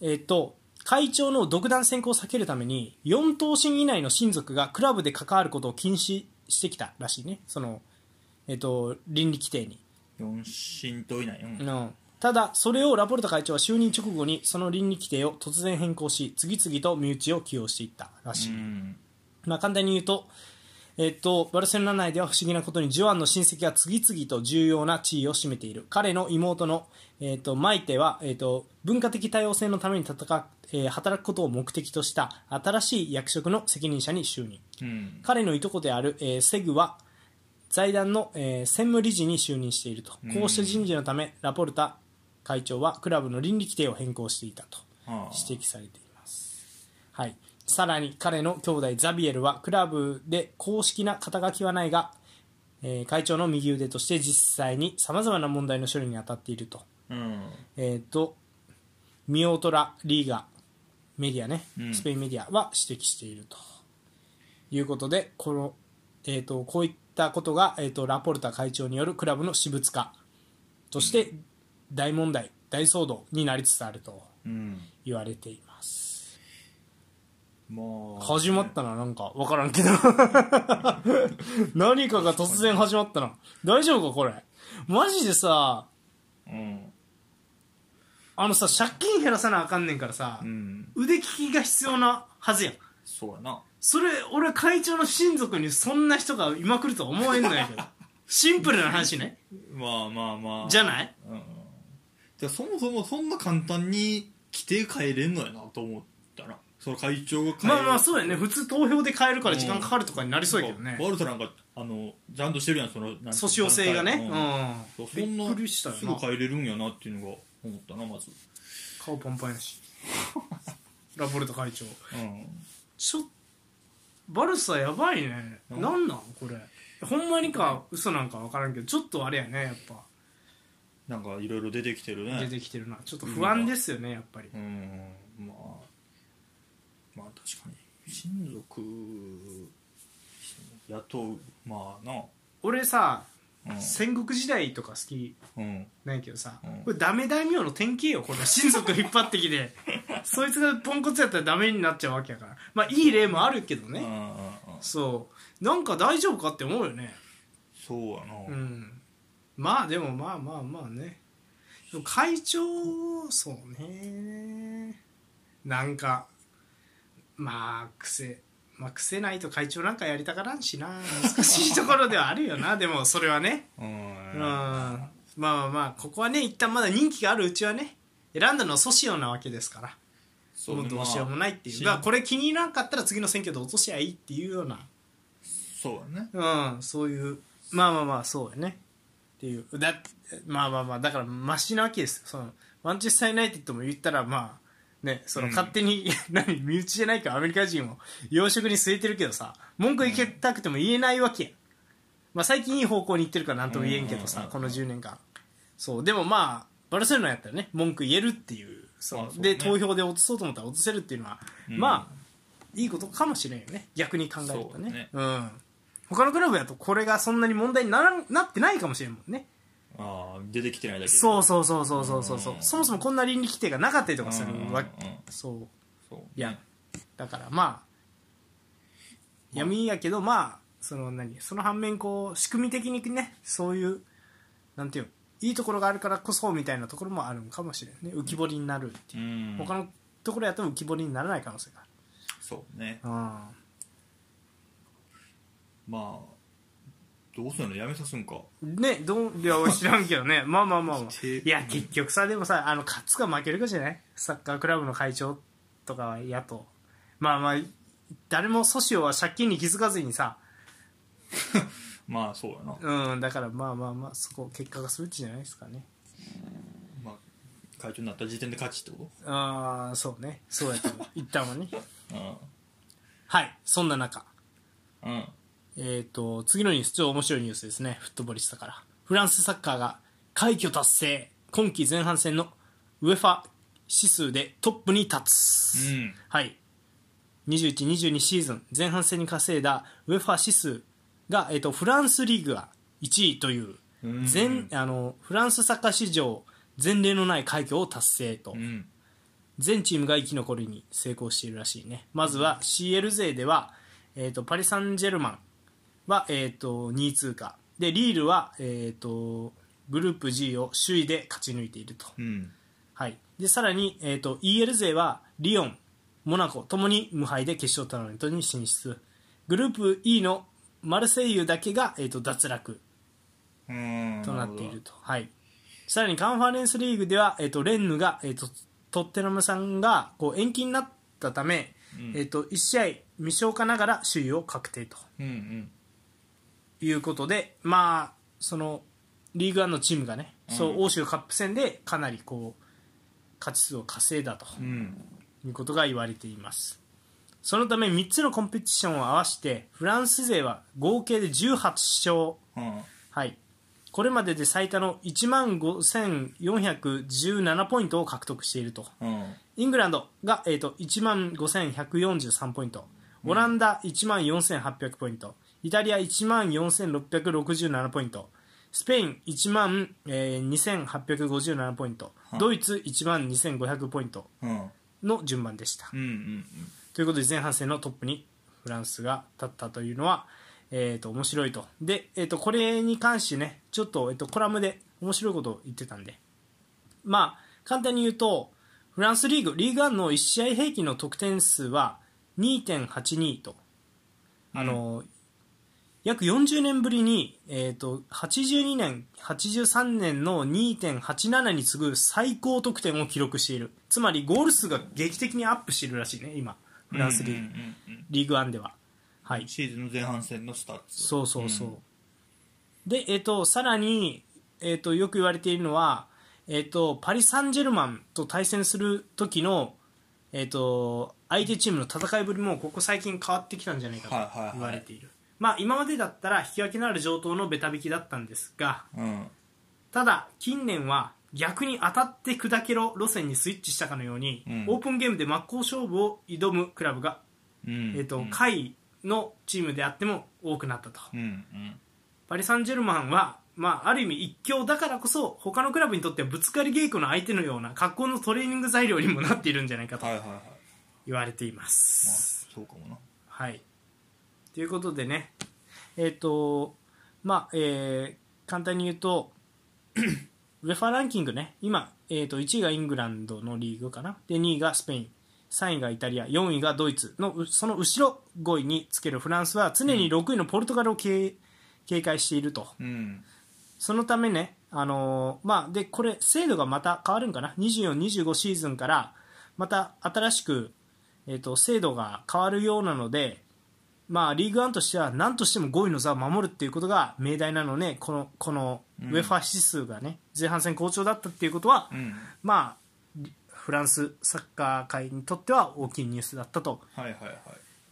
S1: えっ、と、会長の独断選考を避けるために、4等身以内の親族がクラブで関わることを禁止してきたらしいね。その、えっ、と、倫理規定に。
S2: 4親等以内、うん
S1: うん、ただそれをラポルタ会長は就任直後にその倫理規定を突然変更し次々と身内を起用していったらしい、
S2: うん
S1: まあ、簡単に言うと,、えっとバルセロナ内では不思議なことにジョアンの親戚が次々と重要な地位を占めている彼の妹の、えっとマイテは、えっと文化的多様性のために戦う、えー働くことを目的とした新しい役職の責任者に就任
S2: うん
S1: 彼のいとこである、えーセグは財団の、えー専務理事に就任しているとこうした人事のため、ラポルタ会長はクラブの倫理規定を変更していたと
S2: ああ
S1: 指摘されています、はい、さらに彼の兄弟ザビエルはクラブで公式な肩書きはないが、えー会長の右腕として実際にさまざまな問題の処理に当たっていると,、
S2: うん
S1: えー、とミオトラ・リーガメディアね、
S2: うん
S1: スペインメディアは指摘しているということでこの、えー、とこういったことが、えー、とラポルタ会長によるクラブの私物化として大問題大騒動になりつつあると
S2: うん
S1: 言われています
S2: まあ
S1: 始まったななんか分からんけど 何かが突然始まったな大丈夫かこれマジでさ
S2: うん
S1: あのさ借金減らさなあかんねんからさ、
S2: うん
S1: 腕利きが必要なはずやん
S2: そうやな
S1: それ俺会長の親族にそんな人がいまくるとは思えんの やけどシンプルな話ね
S2: まあまあまあ
S1: じゃ
S2: い、
S1: ない
S2: うん、じゃあそもそもそんな簡単に規定変えれんのやなと思ったなその会長が変え
S1: まあまあそうやね普通投票で変えるから時間かかるとかになりそうやけどね
S2: ワルトなんかあのちゃんとしてるやんそのなんて
S1: 訴訟性がね
S2: 団体
S1: うん
S2: そうそんな
S1: びっくりしたよ
S2: す
S1: な
S2: ぐ変えれるんやなっていうのが思ったなまず
S1: 顔パンパンやしラポルト会長
S2: うん
S1: ちょバルサやばいね、
S2: うん
S1: なんなんこれほんまにか嘘なんか分からんけどちょっとあれやねやっぱ
S2: なんかいろいろ出てきてるね
S1: 出てきてるなちょっと不安ですよねやっぱり
S2: うんまあまあ確かに親族雇うまあな
S1: 俺さ
S2: うん
S1: 戦国時代とか好き
S2: うん
S1: なんやけどさ、
S2: うん
S1: これダメ大名の典型よこれ 親族引っ張ってきてそいつがポンコツやったらダメになっちゃうわけやからまあいい例もあるけど
S2: うんう
S1: ね、
S2: んうん
S1: そうなんか大丈夫かって思うよね
S2: そうやな、
S1: うんまあでもまあまあまあねでも会長そうねなんかまあ癖まあ癖ないと会長なんかやりたがらんしな難しいところではあるよ なでもそれはね
S2: うん
S1: うんまあまあまあここはね一旦まだ任期があるうちはね選んだのはソシオなわけですから
S2: そね
S1: もうどうしようも
S2: まあ
S1: ないっていう、
S2: し
S1: だからこれ気に入らんかったら次の選挙で落としゃいいっていうような
S2: そうやね
S1: うんそういうまあまあまあそうやねっていうだまあまあまあだからマシなわけですよそのマンチェスター・ユナイテッドも言ったらまあねその
S2: うん
S1: 勝手に、 何身内じゃないからアメリカ人を養殖に据えてるけどさ文句言いたくても言えないわけやん、まあ、最近いい方向に行ってるから何とも言えんけどさ、
S2: うんうんうん
S1: この10年間そうでもまあバルセロナやったらね文句言えるっていうそ
S2: ま
S1: の
S2: あそう
S1: で
S2: ね
S1: 投票で落とそうと思ったら落とせるっていうのは、
S2: うん
S1: まあいいことかもしれんよね逆に考えると
S2: そうだね
S1: うん他のクラブやとこれがそんなに問題にならんなってないかもしれんもんね
S2: ああ出てきてないだけで
S1: そうそうそうそうそうそうそう
S2: うん
S1: そもそもこんな倫理規定がなかったりとかするわけ
S2: うんうんうん
S1: そう
S2: そ
S1: い
S2: う
S1: やだからまあ闇やけどまあその何その反面こう仕組み的にねそういうなんていうのいいところがあるからこそみたいなところもあるんかもしれんね浮き彫りになるって
S2: う
S1: いう、
S2: ん
S1: 他のところやと浮き彫りにならない可能性が
S2: そうね
S1: あ
S2: まあどうすんのやめさすんか
S1: るうんねどういや俺知らんけどね まあまあまあ、まあ、
S2: て
S1: いや結局さでもさあの勝つか負けるかじゃないサッカークラブの会長とかは野党まあまあ誰もソシオは借金に気づかずにさ、
S2: まあそうやな
S1: うん、だからまあまあまあそこ結果が数値じゃないですかね
S2: まあ会長になった時点で勝ちってこ
S1: ああそうねそうやと思う一旦はね
S2: と
S1: はいそんな中
S2: うんうん
S1: えっ、と次のニュース超面白いニュースですねフットボリスタからフランスサッカーが快挙達成今季前半戦のウェファ指数でトップに立つ、
S2: うん
S1: はい2122シーズン前半戦に稼いだウェファ指数が、えー、とフランスリーグが1位という
S2: うん
S1: 全あのフランスサッカー史上前例のない快挙を達成と、
S2: うん
S1: 全チームが生き残りに成功しているらしいねまずは CL 勢では、えー、とパリ・サンジェルマンは、えー、と2位通過でリールは、えー、とグループ G を首位で勝ち抜いていると、
S2: うん
S1: はい、でさらに、えー、と EL 勢はリオン、モナコともに無敗で決勝トーナメントに進出グループ E のマルセイユだけが、えー、と脱落
S2: うん
S1: となっていると、はい、さらにカンファレンスリーグでは、えー、とレンヌが、えー、とトッテナムさんがこう延期になったため、えー、と1試合未消化ながら首位を確定と
S2: うんうん
S1: いうことで、まあ、そのリーグワンのチームがね、そう欧州カップ戦でかなりこう勝ち数を稼いだと。
S2: うん
S1: ということが言われていますそのため3つのコンペティションを合わせてフランス勢は合計で18勝、
S2: うん
S1: はい、これまでで最多の1万5417ポイントを獲得していると
S2: うん
S1: イングランドが、えー、と1万5143ポイントオランダ1万4800ポイントイタリア1万4667ポイントスペイン1万、えー2857ポイント
S2: はい
S1: ドイツ1万2500ポイント
S2: うん
S1: の順番でした
S2: うんうん
S1: ということで前半戦のトップにフランスが立ったというのは、えー、と面白いとで、えー、とこれに関してねちょっと,、えー、とコラムで面白いことを言ってたんでまあ簡単に言うとフランスリーグリーグワンの1試合平均の得点数は2.82とあの、約40年ぶりに、えー、と82年83年の2.87に次ぐ最高得点を記録しているつまりゴール数が劇的にアップしているらしいね今フランスリーグ、
S2: うんうんうん
S1: リーグワンではは
S2: う
S1: い
S2: んシーズンの前半戦のスタッツ
S1: そうそうそう、でえっ、とさらに、えー、とよく言われているのはえっ、とパリ・サンジェルマンと対戦する時のえっ、と相手チームの戦いぶりもここ最近変わってきたんじゃないかと
S2: はいはいはい
S1: 言われている、まあ今までだったら引き分けのある上等のベタ引きだったんですが
S2: うん
S1: ただ近年は逆に当たって砕けろ路線にスイッチしたかのように、
S2: うん
S1: オープンゲームで真っ向勝負を挑むクラブが
S2: うん
S1: えーと
S2: うん
S1: 下位のチームであっても多くなったと、
S2: うんうん
S1: パリ・サンジェルマンは、まあ、ある意味一強だからこそ他のクラブにとってはぶつかり稽古の相手のような格好のトレーニング材料にもなっているんじゃないかと
S2: はいはいはいまあ
S1: 言われています。
S2: そうかもな
S1: はい、ということでね、えーとまあえー簡単に言うと ウェファーランキングね今、えー、と1位がイングランドのリーグかなで2位がスペイン3位がイタリア4位がドイツのうその後ろ5位につけるフランスは常に6位のポルトガルを警警戒していると
S2: うん
S1: そのためね、あのーまあ、でこれ制度がまた変わるんかな24、25シーズンからまた新しく、えー、と制度が変わるようなので、まあ、リーグワンとしては何としても5位の座を守るっていうことが命題なのでこのこのウェファ指数がね、前半戦好調だったっていうことは、
S2: うん
S1: まあ、リフランスサッカー界にとっては大きいニュースだったと
S2: はいはいは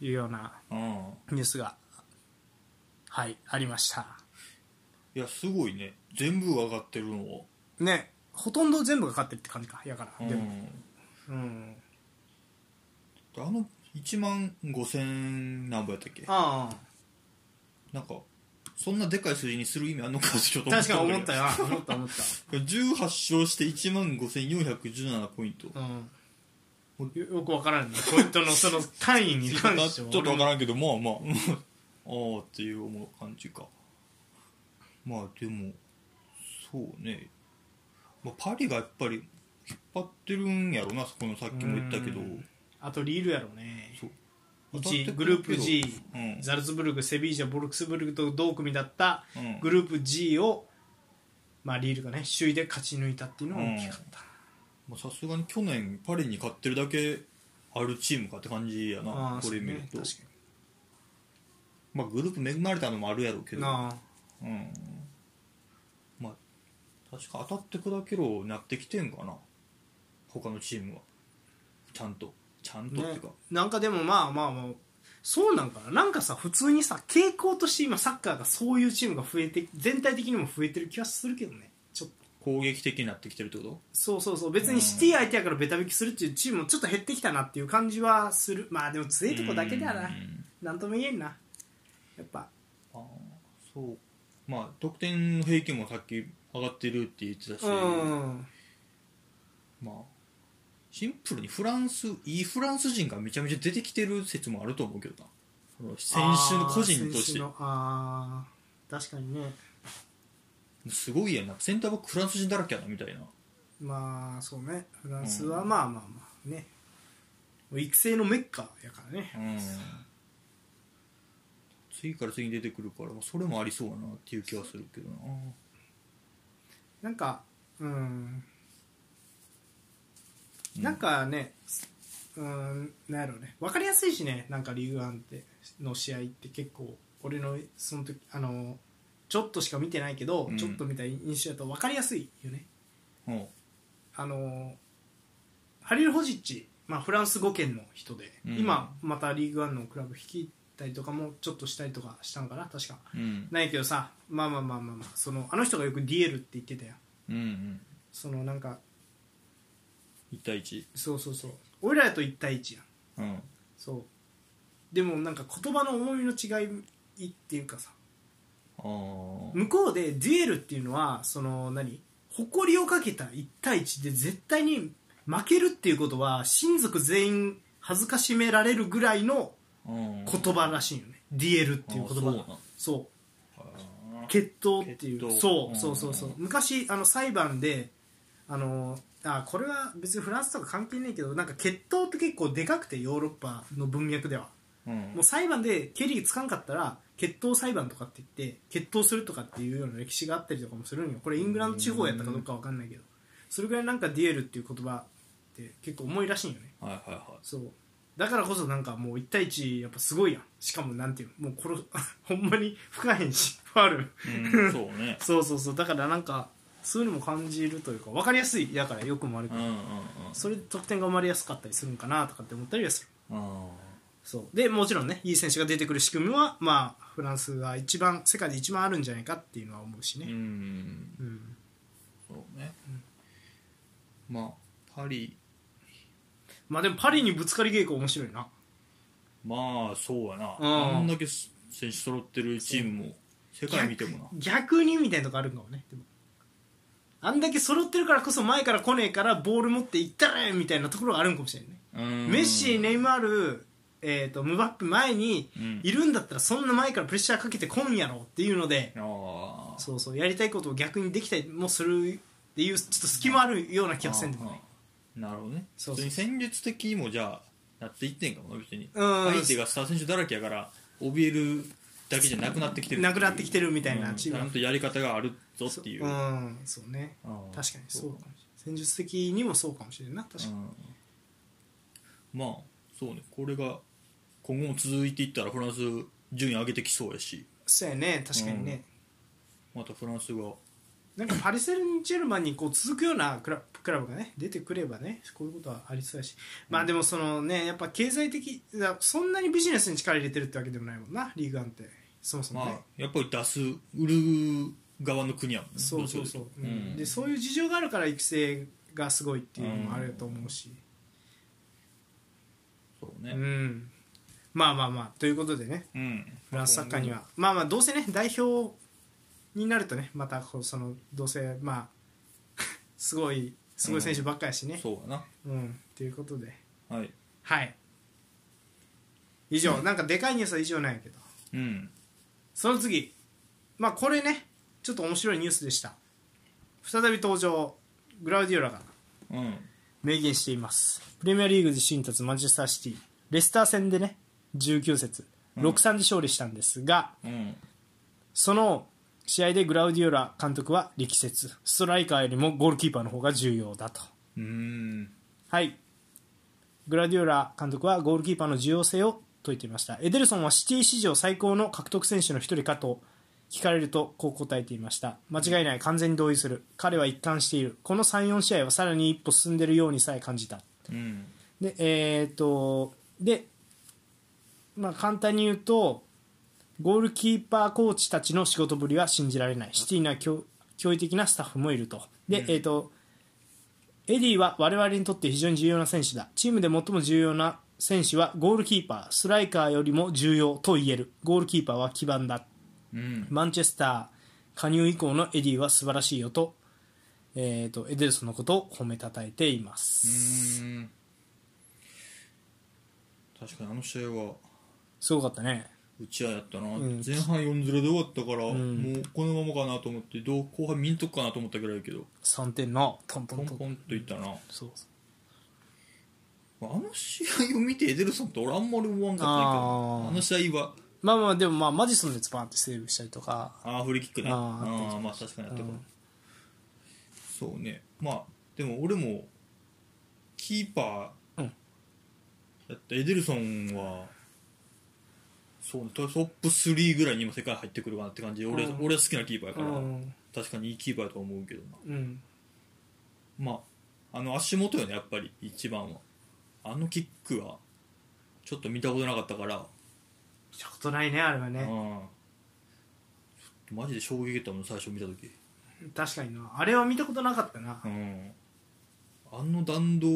S2: い
S1: いうような
S2: うん
S1: ニュースが、はい、ありました。
S2: いやすごいね全部上がってるのは
S1: ねほとんど全部が勝ってるって感じかやか
S2: う
S1: ら、でも
S2: ん
S1: うん、
S2: あの1万5000何本やったっけ
S1: あ
S2: なんかそんなでかい数字にする意味あんのかちょっ
S1: あ
S2: と
S1: 確かに思
S2: ん
S1: っ
S2: だけ
S1: た
S2: ど
S1: よな思った思っ
S2: 18勝して1万5417ポイント
S1: た、うん、よよくわからんねポイントのその単位に
S2: ちょ
S1: 関して
S2: っ
S1: は
S2: と分からんけどまあまあああっていう思う感じかまあでもそうね、まあ、パリがやっぱり引っ張ってるんやろなそこのさっきも言ったけど
S1: うんあとリールやろうね
S2: そう
S1: 1グループ G、
S2: うん
S1: ザルツブルクセビージャボルクスブルクと同組だった
S2: うん
S1: グループ G を、まあ、リールがね首位で勝ち抜いたっていうのは大きかった、
S2: まあさすがに去年パリに勝ってるだけあるチームかって感じや
S1: あ
S2: な
S1: あ
S2: これ見る
S1: そ
S2: と、
S1: うね確か
S2: まあグループ恵まれたのもあるやろうけ
S1: に
S2: ど
S1: なあ
S2: うんまあ確か当たって砕けろになってきてんかな他のチームはちゃんとちゃんとっていうか、
S1: ね、なんかでもまあまあまあそうなんかななんかさ普通にさ傾向として今サッカーがそういうチームが増えて全体的にも増えてる気はするけどねちょっと
S2: 攻撃的になってきてるってこと
S1: そうそうそう別にシティ相手やからベタ引きするっていうチームもちょっと減ってきたなっていう感じはするまあでも強いとこだけだ
S2: う
S1: なんなんとも言えんなやっぱ
S2: ああそうまあ得点の平均もさっき上がってるって言ってたし、
S1: うん
S2: まあシンプルにフランスいいフランス人がめちゃめちゃ出てきてる説もあると思うけどなその選手の個人と
S1: 選
S2: し
S1: 手のあー確かにね
S2: てすごいやんなセンターバックフランス人だらけやなみたいな
S1: まあそうねフランス
S2: う
S1: は
S2: ん
S1: まあまあまあねもう育成のメッカやからね
S2: うん次から次に出てくるからまあそれもありそうやなっていう気はするけどな
S1: なんかうん
S2: うん
S1: なんかねうんなんやろうね分かりやすいしねなんかリーグワンっての試合って結構俺のその時あのちょっとしか見てないけど、
S2: うん
S1: ちょっと見た印象だと分かりやすいよね
S2: うん
S1: あのハリル・ホジッチ、まあ、フランス5県の人で、
S2: うん
S1: 今またリーグワンのクラブ率いたりとかもちょっとしたりとかしたのかな確か
S2: うん
S1: ないけどさまあまあまあまあ、まあ、そのあの人がよく DL って言ってたやん
S2: うんうん
S1: そのなんか
S2: 1対1
S1: そうそうそう俺らやと1対1やん
S2: うん
S1: そうでもなんか言葉の重みの違いっていうかさ
S2: あー
S1: 向こうでデュエルっていうのはその何誇りをかけた1対1で絶対に負けるっていうことは親族全員恥ずかしめられるぐらいの
S2: うん
S1: 言葉らしいよねデュエルっていう言葉
S2: あ
S1: がそう
S2: そうなんあー
S1: 決闘っていう
S2: 決闘
S1: そう
S2: うん
S1: そうそうそう昔あの裁判であのあこれは別にフランスとか関係ないけどなんか決闘って結構でかくてヨーロッパの文脈では
S2: うん
S1: もう裁判でケリーつかんかったら決闘裁判とかって言って決闘するとかっていうような歴史があったりとかもするんよこれイングランド地方やったかどうかわかんないけどそれぐらいなんかデュエルっていう言葉って結構重いらしいんよね
S2: はいはいは
S1: そうだからこそなんかもう1対1やっぱすごいやんしかもなんていうの もう殺ほんまに吹かへんしファール
S2: い、うん、そうね
S1: そうそうそうだからなんかそういうのも感じるというか分かりやすいだからよくもある
S2: う
S1: け
S2: ん
S1: ど
S2: うんうん
S1: それで得点が生まれやすかったりするんかなとかって思ったりはする
S2: あ
S1: そうでもちろんねいい選手が出てくる仕組みは、まあ、フランスが一番世界で一番あるんじゃないかっていうのは思うし
S2: ーう
S1: ね、
S2: ん
S1: うん
S2: そうね、まあパリ
S1: まあでもパリにぶつかり稽古面白いな
S2: まあそうやな、
S1: うん
S2: あんだけす選手揃ってるチームも世界見てもな
S1: 逆にみたいなとこあるんかもねでもあんだけ揃ってるからこそ前から来ねえからボール持っていったれみたいなところがあるんかもしれないね、メッシ、ネイマール、えー、とムバッペ前に
S2: うん
S1: いるんだったらそんな前からプレッシャーかけてこんやろっていうので
S2: ああ
S1: そうそうやりたいことを逆にできたりもするっていうちょっと隙もあるような気がせんでもない
S2: あーなるほどね
S1: そうそう
S2: 普通に戦術的にもじゃあなっていってんかもな別に
S1: うん
S2: 相手がスター選手だらけやから怯えるだけじゃなくなってきてる
S1: なくなってきてるみ
S2: み
S1: たいなチーム
S2: ちゃんとやり方があるぞっていう、
S1: うんそうね
S2: あー
S1: 確かにそうかもしれない戦術的にもそうかもしれんな確かに、
S2: うん、まあそうねこれが今後も続いていったらフランス順位上げてきそうやし
S1: そうやね確かにね、
S2: またフランスが
S1: なんかパリ・セル・ジェルマンにこう続くようなクラクラブがね出てくればねこういうことはありそうやしまあでもそのねやっぱ経済的だそんなにビジネスに力入れてるってわけでもないもんなリーグワンってそもそ
S2: ま
S1: も
S2: あ
S1: ね、
S2: やっぱり出す売る側の国やもんね
S1: そうそうそう、
S2: どちらかというと
S1: うんでそういう事情があるから育成がすごいっていうのもあると思うし、
S2: そう
S1: う
S2: ね
S1: ん、まあまあまあということでね
S2: うん、
S1: フランスサッカーにはまあまあどうせね代表になるとねまたこうそのどうせまあ すごいすごい選手ばっかりやしね、
S2: そうや
S1: うんということで
S2: なはい
S1: はい以上なんかでかいニュースは以上なんやけど
S2: うん
S1: その次まあこれねちょっと面白いニュースでした再び登場グラウディオラが
S2: うん
S1: 明言していますプレミアリーグで首位に立つマンチェスターシティレスター戦でね19節6-3で勝利したんですが、
S2: うん
S1: その試合でグラウディオラ監督は力説ストライカーよりもゴールキーパーの方が重要だと
S2: うーん
S1: はいグラディオラ監督はゴールキーパーの重要性を説いていましたエデルソンはシティ史上最高の獲得選手の一人かと聞かれるとこう答えていました間違いない完全に同意する彼は一貫しているこの34試合はさらに一歩進んでいるようにさえ感じた
S2: うん
S1: でえーっとでまあ簡単に言うとゴールキーパーコーチたちの仕事ぶりは信じられないシティには驚驚異的なスタッフもいるとで、えーっとエディは我々にとって非常に重要な選手だチームで最も重要な選手はゴールキーパーストライカーよりも重要と言えるゴールキーパーは基盤だ
S2: うん
S1: マンチェスター加入以降のエディは素晴らしいよと,、えー、とエデルソンのことを褒めたたえていま
S2: う
S1: す、
S2: ーん確かにあの試合は
S1: すごかったね
S2: 打ち合いやったな、
S1: ん
S2: 前半4-0で終わったから、
S1: ん
S2: もうこのままかなと思ってどう後半見んとくかなと思ったぐらいやけど
S1: 3点のトント
S2: ポ
S1: ン
S2: ン
S1: トン
S2: ポンといったな
S1: そう
S2: あの試合を見てエデルソンって俺あんまり思わんかったんやけど
S1: あー
S2: あの試合は
S1: まあまあでもまあマジソンでスパンってセーブしたりとか
S2: ああフリーキックね
S1: あ
S2: あ
S1: ー
S2: あーまあ確かにやったかもそうねまあでも俺もキーパ
S1: う
S2: ー
S1: ん
S2: やったエデルソンはそうねトップ3ぐらいに今世界入ってくるかなって感じで俺,、
S1: うん
S2: 俺は好きなキーパー
S1: う
S2: やから、
S1: ん
S2: 確かにいいキーパーやと思うけどな
S1: うん
S2: まああの足元よねやっぱり一番はあのキックはちょっと見たことなかったから
S1: 見たことないねあれは
S2: うん
S1: ね
S2: ちょっとマジで衝撃だったもん最初見た時
S1: 確かになあれは見たことなかったな
S2: うんあの弾道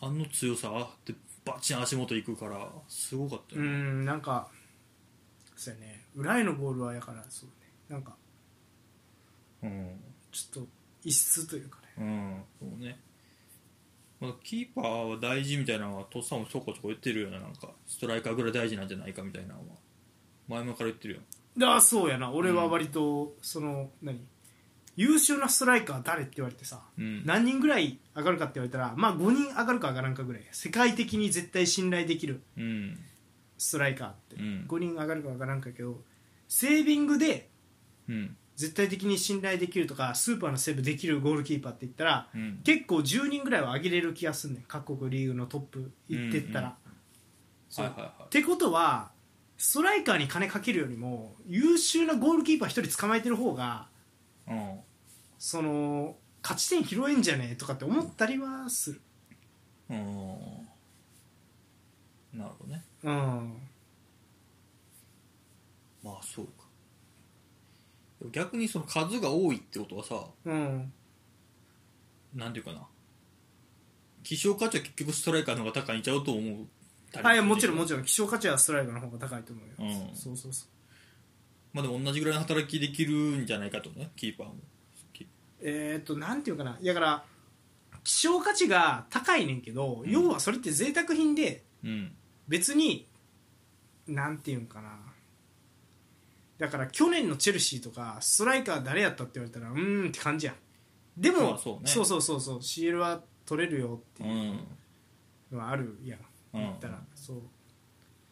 S2: あの強さでバチン足元行くからすごかった
S1: う
S2: よね
S1: んなんかそうやね裏へのボールはやからそうねなんか
S2: うん
S1: ちょっと異質というかね
S2: うんそうね、まあ、キーパーは大事みたいなのはとっさんもそこそこ言ってるよななんかストライカーぐらい大事なんじゃないかみたいなのは前々から言ってるよ
S1: ああそうやな俺は割とその、何優秀なストライカー誰って言われてさ、
S2: うん
S1: 何人ぐらい上がるかって言われたらまあ5人上がるか上がらんかぐらい世界的に絶対信頼できる
S2: うん
S1: ストライカーって、
S2: うん
S1: 5人上がるか上がらんかやけどセービングで
S2: うん
S1: 絶対的に信頼できるとかスーパーのセーブできるゴールキーパーって言ったら、
S2: うん
S1: 結構10人ぐらいは上げれる気がすんねん各国リーグのトップ行ってったら、
S2: うんうん
S1: そう
S2: はいはいは
S1: ってことはストライカーに金かけるよりも優秀なゴールキーパー1人捕まえてる方が
S2: いうん
S1: その勝ち点拾えんじゃねえとかって思ったりはする
S2: うんなるほどね
S1: うん
S2: まあそうかでも逆にその数が多いってことはさ
S1: うん
S2: なんていうかな希少価値は結局ストライカーの方が高いんちゃうと思う
S1: あいやもちろんも
S2: ち
S1: ちろん希少価値はストライカーの方が高いと思うよ、
S2: うん
S1: そうそうそう
S2: ろんまあでも同じぐらいの働きできるんじゃないかとねキーパーもき
S1: えー、っとなんていうかないやだから希少価値が高いねんけど、
S2: うん
S1: 要はそれって贅沢品で
S2: うん
S1: 別になんていうんかなだから去年のチェルシーとかストライカー誰やったって言われたらうーんって感じやんでも、
S2: まあそうね
S1: そうそうそうそう CL は取れるよって
S2: う
S1: い
S2: ん
S1: うのはあるやん、
S2: うん
S1: 言ったらそう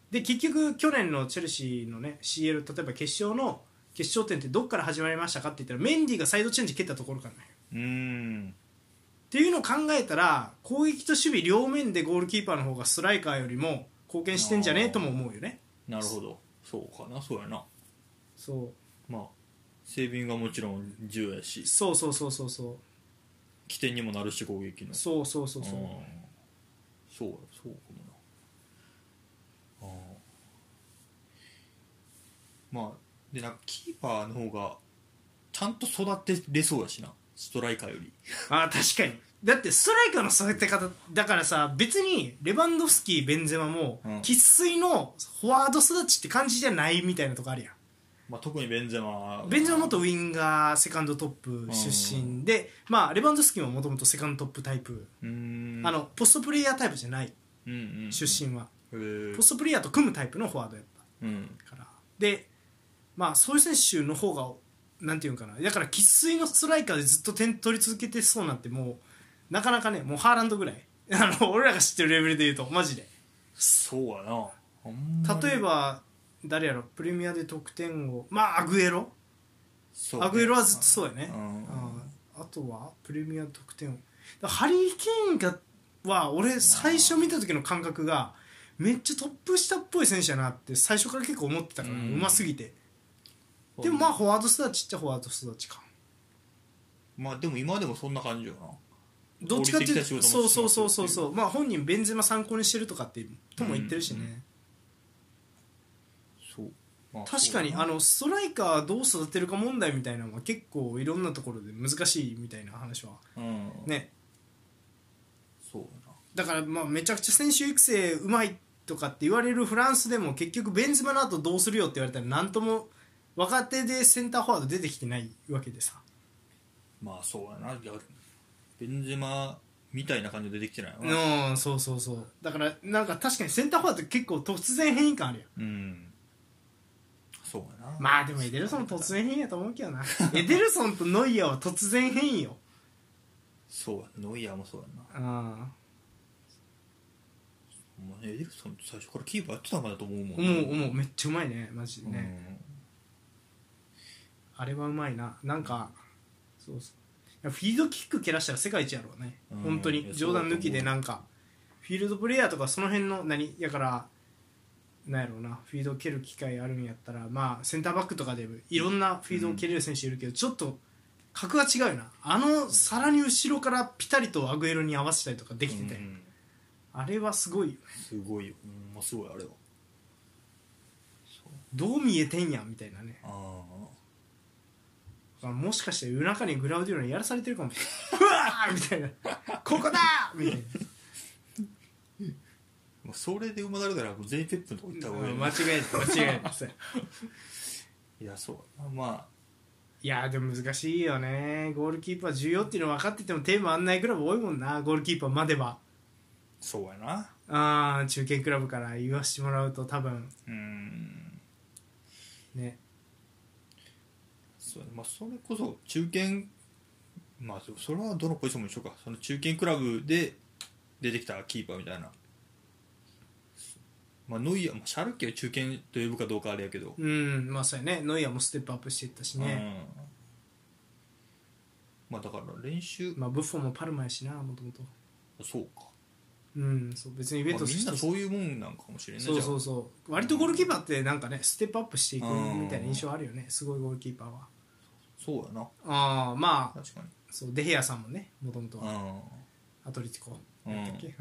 S1: で結局去年のチェルシーのね CL 例えば決勝の決勝点ってどっから始まりましたかって言ったらメンディーがサイドチェンジ蹴ったところからね
S2: うん
S1: っていうのを考えたら攻撃と守備両面でゴールキーパーの方がストライカーよりも貢献してんじゃねえとも思うよね
S2: なるほどそうかなそうやな
S1: そう
S2: まあセービングはもちろん重要やし
S1: そうそうそうそうそう
S2: 起点にもなるし攻撃の
S1: そうそうそうそううん
S2: そうやそうかもなああまあでなんかキーパーの方がちゃんと育てれそうやしなストライカーより
S1: あー確かにだってストライカーの育て方だからさ別にレバンドフスキーベンゼマも
S2: うん
S1: 生粋のフォワード育ちって感じじゃないみたいなとこあるや
S2: まあ特にベンゼマ
S1: んベンゼマ元ウィンガーセカンドトップ出身で、まあレバンドフスキーももともとセカンドトップタイプ、
S2: うーん
S1: あのポストプレイヤータイプじゃない
S2: うんうん
S1: 出身は、
S2: へー
S1: ポストプレイヤーと組むタイプのフォワードやった
S2: うん
S1: からでまあそういう選手の方がなんていうんかなだから生粋のストライカーでずっと点取り続けてそうなんてもうなかなかねもうハーランドぐらい あの俺らが知ってるレベルで言うとマジで
S2: そうやなあんまり
S1: 例えば誰やろプレミアで得点をまあアグエロ
S2: そうね
S1: アグエロはずっとそうやね
S2: うん
S1: ああとはプレミア得点をだからハリー・ケインがは俺最初見た時の感覚がめっちゃトップ下っぽい選手やなって最初から結構思ってたからう
S2: うん
S1: ますぎて。でもまあフォワード育ちっちゃフォワード育ちか
S2: まあでも今でもそんな感じよな
S1: どっちかっていう
S2: 合理的な仕事も
S1: と
S2: してま
S1: そう
S2: す
S1: そうそうそう
S2: ってい
S1: そうまあ本人ベンゼマ参考にしてるとかっていうとも言ってるしね、
S2: うんそう、まあ
S1: 確かに
S2: そうや
S1: あ
S2: な
S1: のストライカーどう育てるか問題みたいなのは結構いろんなところで難しいみたいな話は
S2: うん
S1: ね
S2: そうやな
S1: だからまあめちゃくちゃ選手育成うまいとかって言われるフランスでも結局ベンゼマの後どうするよって言われたら何とも若手でセンターフォワード出てきてないわけでさ
S2: まあそうやないやベンゼマみたいな感じで出てきてないよな
S1: うんそうそうそうだからなんか確かにセンターフォワードって結構突然変異感あるよ
S2: うんそうやな
S1: まあでもエデルソン突然変異やと思うけど なエデルソンとノイアーは突然変異よ
S2: そうやノイアーもそうやな
S1: うん
S2: お前エデルソンって最初からキーパーやってたんかなと思うもん
S1: 思う思うめっちゃうまいねマジで
S2: ん
S1: ね、あれはうまいななんか、そうそういやフィールドキック蹴らしたら世界一やろうね、
S2: うん
S1: 本当
S2: いや
S1: に
S2: そ
S1: 冗
S2: うだ
S1: 談
S2: と思う
S1: 抜きでなんかフィールドプレイヤーとかその辺の何やからなんやろうなフィールド蹴る機会あるんやったらまあセンターバックとかでもいろんなフィールドを蹴れる選手いるけど、ちょっと格が違うよなあのさらに後ろからピタリとアグエロに合わせたりとかできてて、
S2: うん
S1: あれはすごいよ
S2: すごいようんまあすごいあれはそう
S1: どう見えてんやんみたいなね
S2: ああ
S1: あもしかして夜中にグラウディオラにやらされてるかもしれないうわーみたい な「ここだ!」みたい
S2: まあそれで生まれるからもう全員ペップのとこ行った
S1: な
S2: 方がいい
S1: 間
S2: な
S1: 違えた間違えたそう
S2: いやそうやなま
S1: いやーでも難しいよねゴールキーパー重要っていうの分かっててもテーマあんないクラブ多いもんなゴールキーパーまでは
S2: あそうやな
S1: あー中堅クラブから言わしてもらうと多分
S2: うん
S1: ね
S2: そうやねまあそれこそ中堅まあそそれはどのポジションも一緒かその中堅クラブで出てきたキーパーみたいなまあノイアーまあシャルケを中堅と呼ぶかどうかあれやけど
S1: うんまあそうやねノイアーもステップアップしていったしね、
S2: うんまあだから練習、
S1: まあブッフォンもパルマやしなもともと
S2: そうか、
S1: うんそう別にイベン
S2: ま
S1: ト
S2: あみんなそういうもんなんかもしれない
S1: そうそうそう割とゴールキーパーってなんかねステップアップしていく
S2: うん
S1: みたいな印象あるよねすごいゴールキーパーは
S2: そうやな
S1: ああまあ
S2: 確かに
S1: そうデヘアさんもねもともとは
S2: う
S1: アトレティコ
S2: ん、う
S1: だ
S2: ん
S1: っ、け、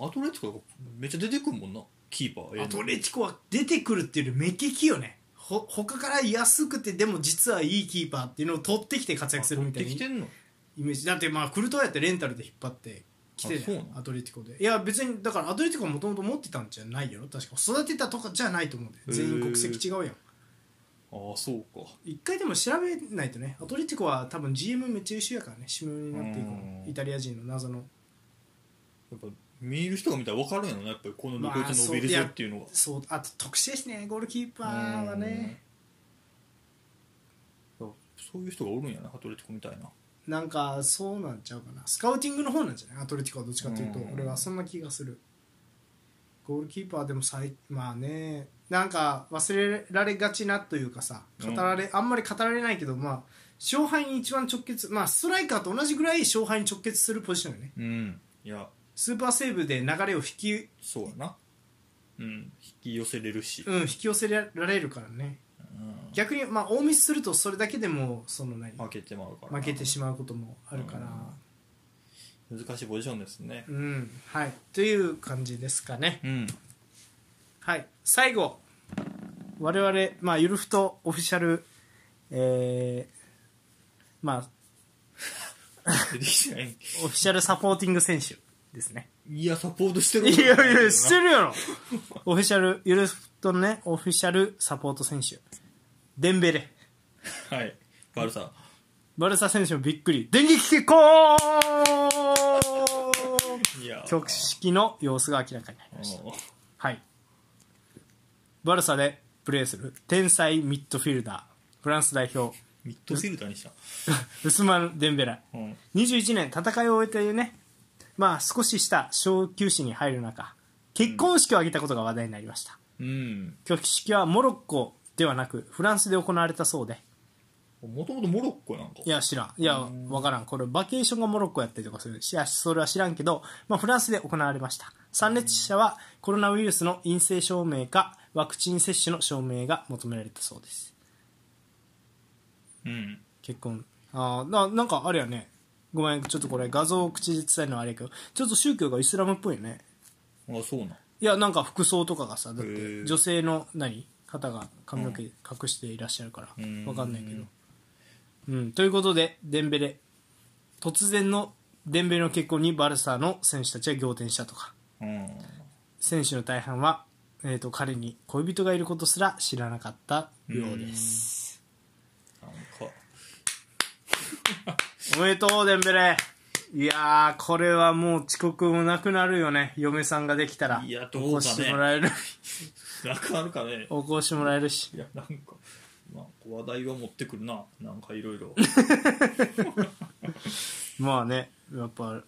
S2: アトレティコとかめっちゃ出てくるもんなキーパー
S1: うんアトレティコは出てくるっていうより目利きよねほ他から安くてでも実はいいキーパーっていうのを取ってきて活躍するみたいな
S2: あ取ってきてんの
S1: イメージだってまあクルトワやってレンタルで引っ張ってきて
S2: あそう
S1: ね
S2: なの
S1: アトレティコでいや別にだからアトレティコもともと持ってたんじゃないよ確か育てたとかじゃないと思うんで
S2: へー
S1: 全員国籍違うやん
S2: ああそうか
S1: 一回でも調べないとねアトレティコは多分 GM めっちゃ優秀やからねシムになっていくの
S2: うん
S1: イタリア人の謎の
S2: やっぱ見る人が見たら分かるんやろなやっぱりこのこいつ伸びるぞっていうのが、
S1: そうあと特殊ですねゴールキーパーはね
S2: うんそういう人がおるんやなアトレティコみたいな
S1: なんかそうなんちゃうかなスカウティングの方なんじゃないアトレティコはどっちかというと
S2: うん
S1: 俺はそんな気がするゴールキーパーでも最まあねなんか忘れられがちなというかさ語られ、あんまり語られないけどまあ勝敗に一番直結まあストライカーと同じぐらい勝敗に直結するポジションよね
S2: うんいや
S1: スーパーセーブで流れを引き,、
S2: そうやなうん引き寄せれるし、
S1: うん、引き寄せられるからね
S2: うん
S1: 逆にまあ大ミスするとそれだけでもその何
S2: 負けてまうからな
S1: 負けてしまうこともあるから
S2: 難しいポジションですね
S1: うん、はいという感じですかね
S2: うん
S1: はい最後我々まあゆるふとオフィシャルえーまあ
S2: 出てきてない
S1: オフィシャルサポーティング選手ですね
S2: いやサポートしてる
S1: いやいやしてるやろオフィシャルゆるふとのねオフィシャルサポート選手デンベレ
S2: はいバルサ
S1: バルサ選手もびっくり電撃結婚
S2: いや
S1: 曲式の様子が明らかになりました
S2: うん
S1: はい。バルサでプレーする天才ミッドフィルダー、フランス代表、
S2: ミッドフィルダーにした
S1: ウスマン・デンベラ。
S2: うん
S1: 21年戦いを終えてね、まあ少しした小休止に入る中、結婚式を挙げたことが話題になりました。
S2: うん
S1: 挙式はモロッコではなく、フランスで行われたそうで、
S2: もともとモロッコなんか
S1: いや知らん。いや、わからん。これ、バケーションがモロッコやったりとかする。いや、それは知らんけど、まあ、フランスで行われました。参列者は、コロナウイルスの陰性証明か、ワクチン接種の証明が求められたそうです。
S2: うん
S1: 結婚。ああ、ななんかあれやね。ごめん、ちょっとこれ、画像を口で伝えるのはあれやけど、ちょっと宗教がイスラムっぽいよね。
S2: あそうなん
S1: いや、なんか服装とかがさ、だっ
S2: へ
S1: て、
S2: ー
S1: 女性の何方が髪の毛隠していらっしゃるから
S2: ん、
S1: わかんないけど。うん、ということで、デンベレ。突然のデンベレの結婚にバルサの選手たちは仰天したとか。
S2: うん
S1: 選手の大半はえー、と彼に恋人がいることすら知らなかったようです
S2: なんか
S1: おめでとうデンベレいやーこれはもう遅刻もなくなるよね嫁さんができたら
S2: いやどうかね
S1: 起こしてもらえる
S2: なんかあるかね
S1: 起こしてもらえるし
S2: いやなんかなんか話題は持ってくるななんかいろいろ
S1: まあねやっぱ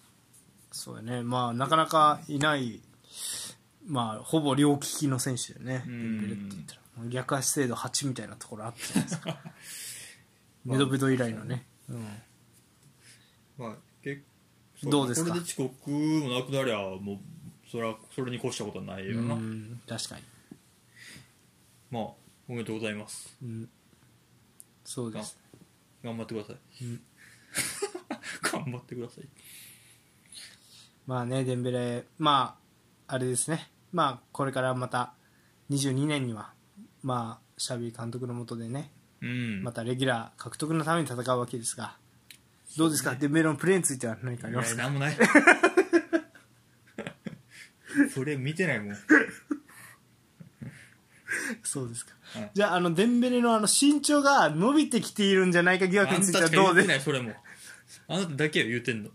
S1: そうだねまあなかなかいないまあほぼ両利きの選手だよねデ
S2: ん
S1: ンベレって言ったらもう逆足制度8みたいなところあったじゃないです か メドベド以来のね、うん、
S2: まあ結構
S1: どうですか
S2: これで遅刻もなくなりゃもうそらそれに越したことはないよな、
S1: うん確かに、
S2: まあおめでとうございます
S1: うん、そうです
S2: 頑張ってください、
S1: うん
S2: 頑張ってください
S1: まあね、デンベレ、まあ、あれですね、まあ、これからまた22年には、まあ、シャビー監督のもとでね、
S2: うん
S1: またレギュラー獲得のために戦うわけですが、どうですか、デンベレのプレーについては何かあります
S2: い
S1: か
S2: やなん もないそれ見てな いもん
S1: そうですか
S2: うん。
S1: じゃあ、あの、デンベレのあの身長が伸びてきているんじゃないか疑惑
S2: あ
S1: に
S2: ん
S1: ついて
S2: た
S1: は
S2: しか
S1: ど
S2: 言
S1: う
S2: ってな
S1: で、
S2: いそれもあなただけよ言うてんの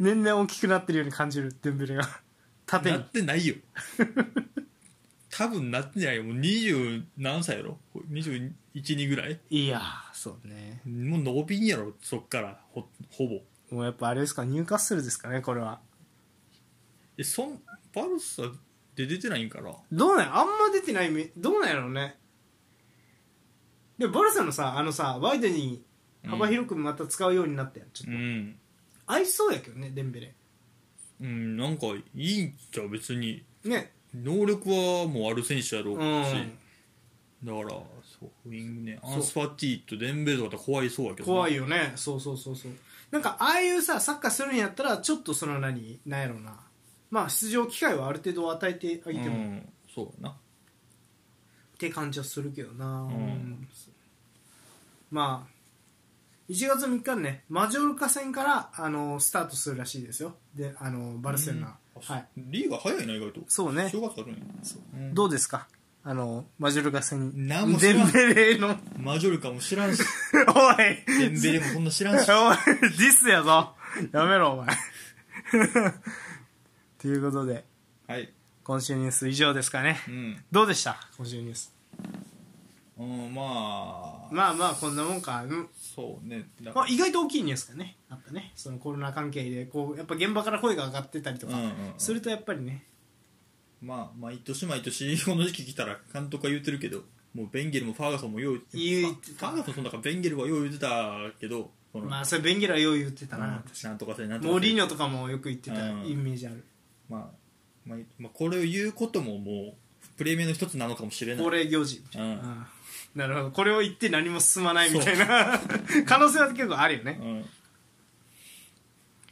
S1: 年々大きくなってるように感じる、デンベレが。縦
S2: な
S1: に
S2: っ。てないよ 多分なってないよもう20何歳やろ212ぐらい
S1: いやー、そうね。
S2: もう伸びんやろそっからほほぼ
S1: もうやっぱあれですか、ニューカッスルですかね、これは。
S2: えそんバルサで出てないんかな
S1: どうなんやあんま出てないめどうなんやろうねでもバルサのさあのさワイドに幅広くまた使うようになったやん、ちょっと
S2: うん
S1: 合いそうやけどねデンベレ
S2: うんなんかいいんちゃう別に
S1: ね
S2: 能力はもうある選手やろう
S1: う
S2: し、
S1: ん
S2: だからそうウィングねアンスパティとデンベルとかって怖いそうやけどな
S1: 怖いよねそうそうそうそうなんかああいうさサッカーするんやったらちょっとその何なんやろうなまあ出場機会はある程度与えてあ
S2: う
S1: げても、っ
S2: んそうやな
S1: て感じはするけどな、
S2: ん
S1: うんまあ1月3日にねマジョルカ戦からあのスタートするらしいですよであのバルセロナ、
S2: うん
S1: はい
S2: リーが早いな意外と
S1: そうね
S2: 正月あるんやうん
S1: どうですかあの、マジョルカ戦
S2: なんも知
S1: デ
S2: ら
S1: ン
S2: ん
S1: ベレの、
S2: マジョルカも知らんし
S1: おい
S2: デンベレもそんな知ら
S1: おい
S2: んし
S1: ディスやぞやめろ、お前。 ということで、
S2: はい
S1: 今週ニュース以上ですかね。
S2: うん、
S1: どうでした今週ニュース。
S2: うん、まあ、
S1: まあまあ、こんなもんか。うん
S2: そうねだ
S1: まあ、意外と大きいニュースがね、あったね。そのコロナ関係で、こう、やっぱ現場から声が上がってたりと
S2: うん
S1: か、
S2: うんうん
S1: するとやっぱりね、
S2: まあ毎年毎年 この時期来たら監督は言ってるけどもうベンゲルもファーガソンもよう
S1: 言って
S2: フ
S1: た
S2: ァーガソンそんだからベンゲルはよう言ってたけどその
S1: まあ、それベンゲラよう言ってた
S2: うん
S1: な。
S2: なんとかせなんとかせ
S1: モーリーニョとかもよく言ってた
S2: うん
S1: イメージある。
S2: まあ、まあ、まあこれを言うことももうプレミアの一つなのかもしれない
S1: 恒例行事みたいな、
S2: うん
S1: ああなるほどこれを言って何も進まないみたいな 可能性は結構あるよね
S2: うん、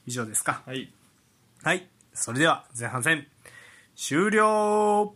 S1: 以上ですか
S2: はい
S1: はいそれでは前半戦終了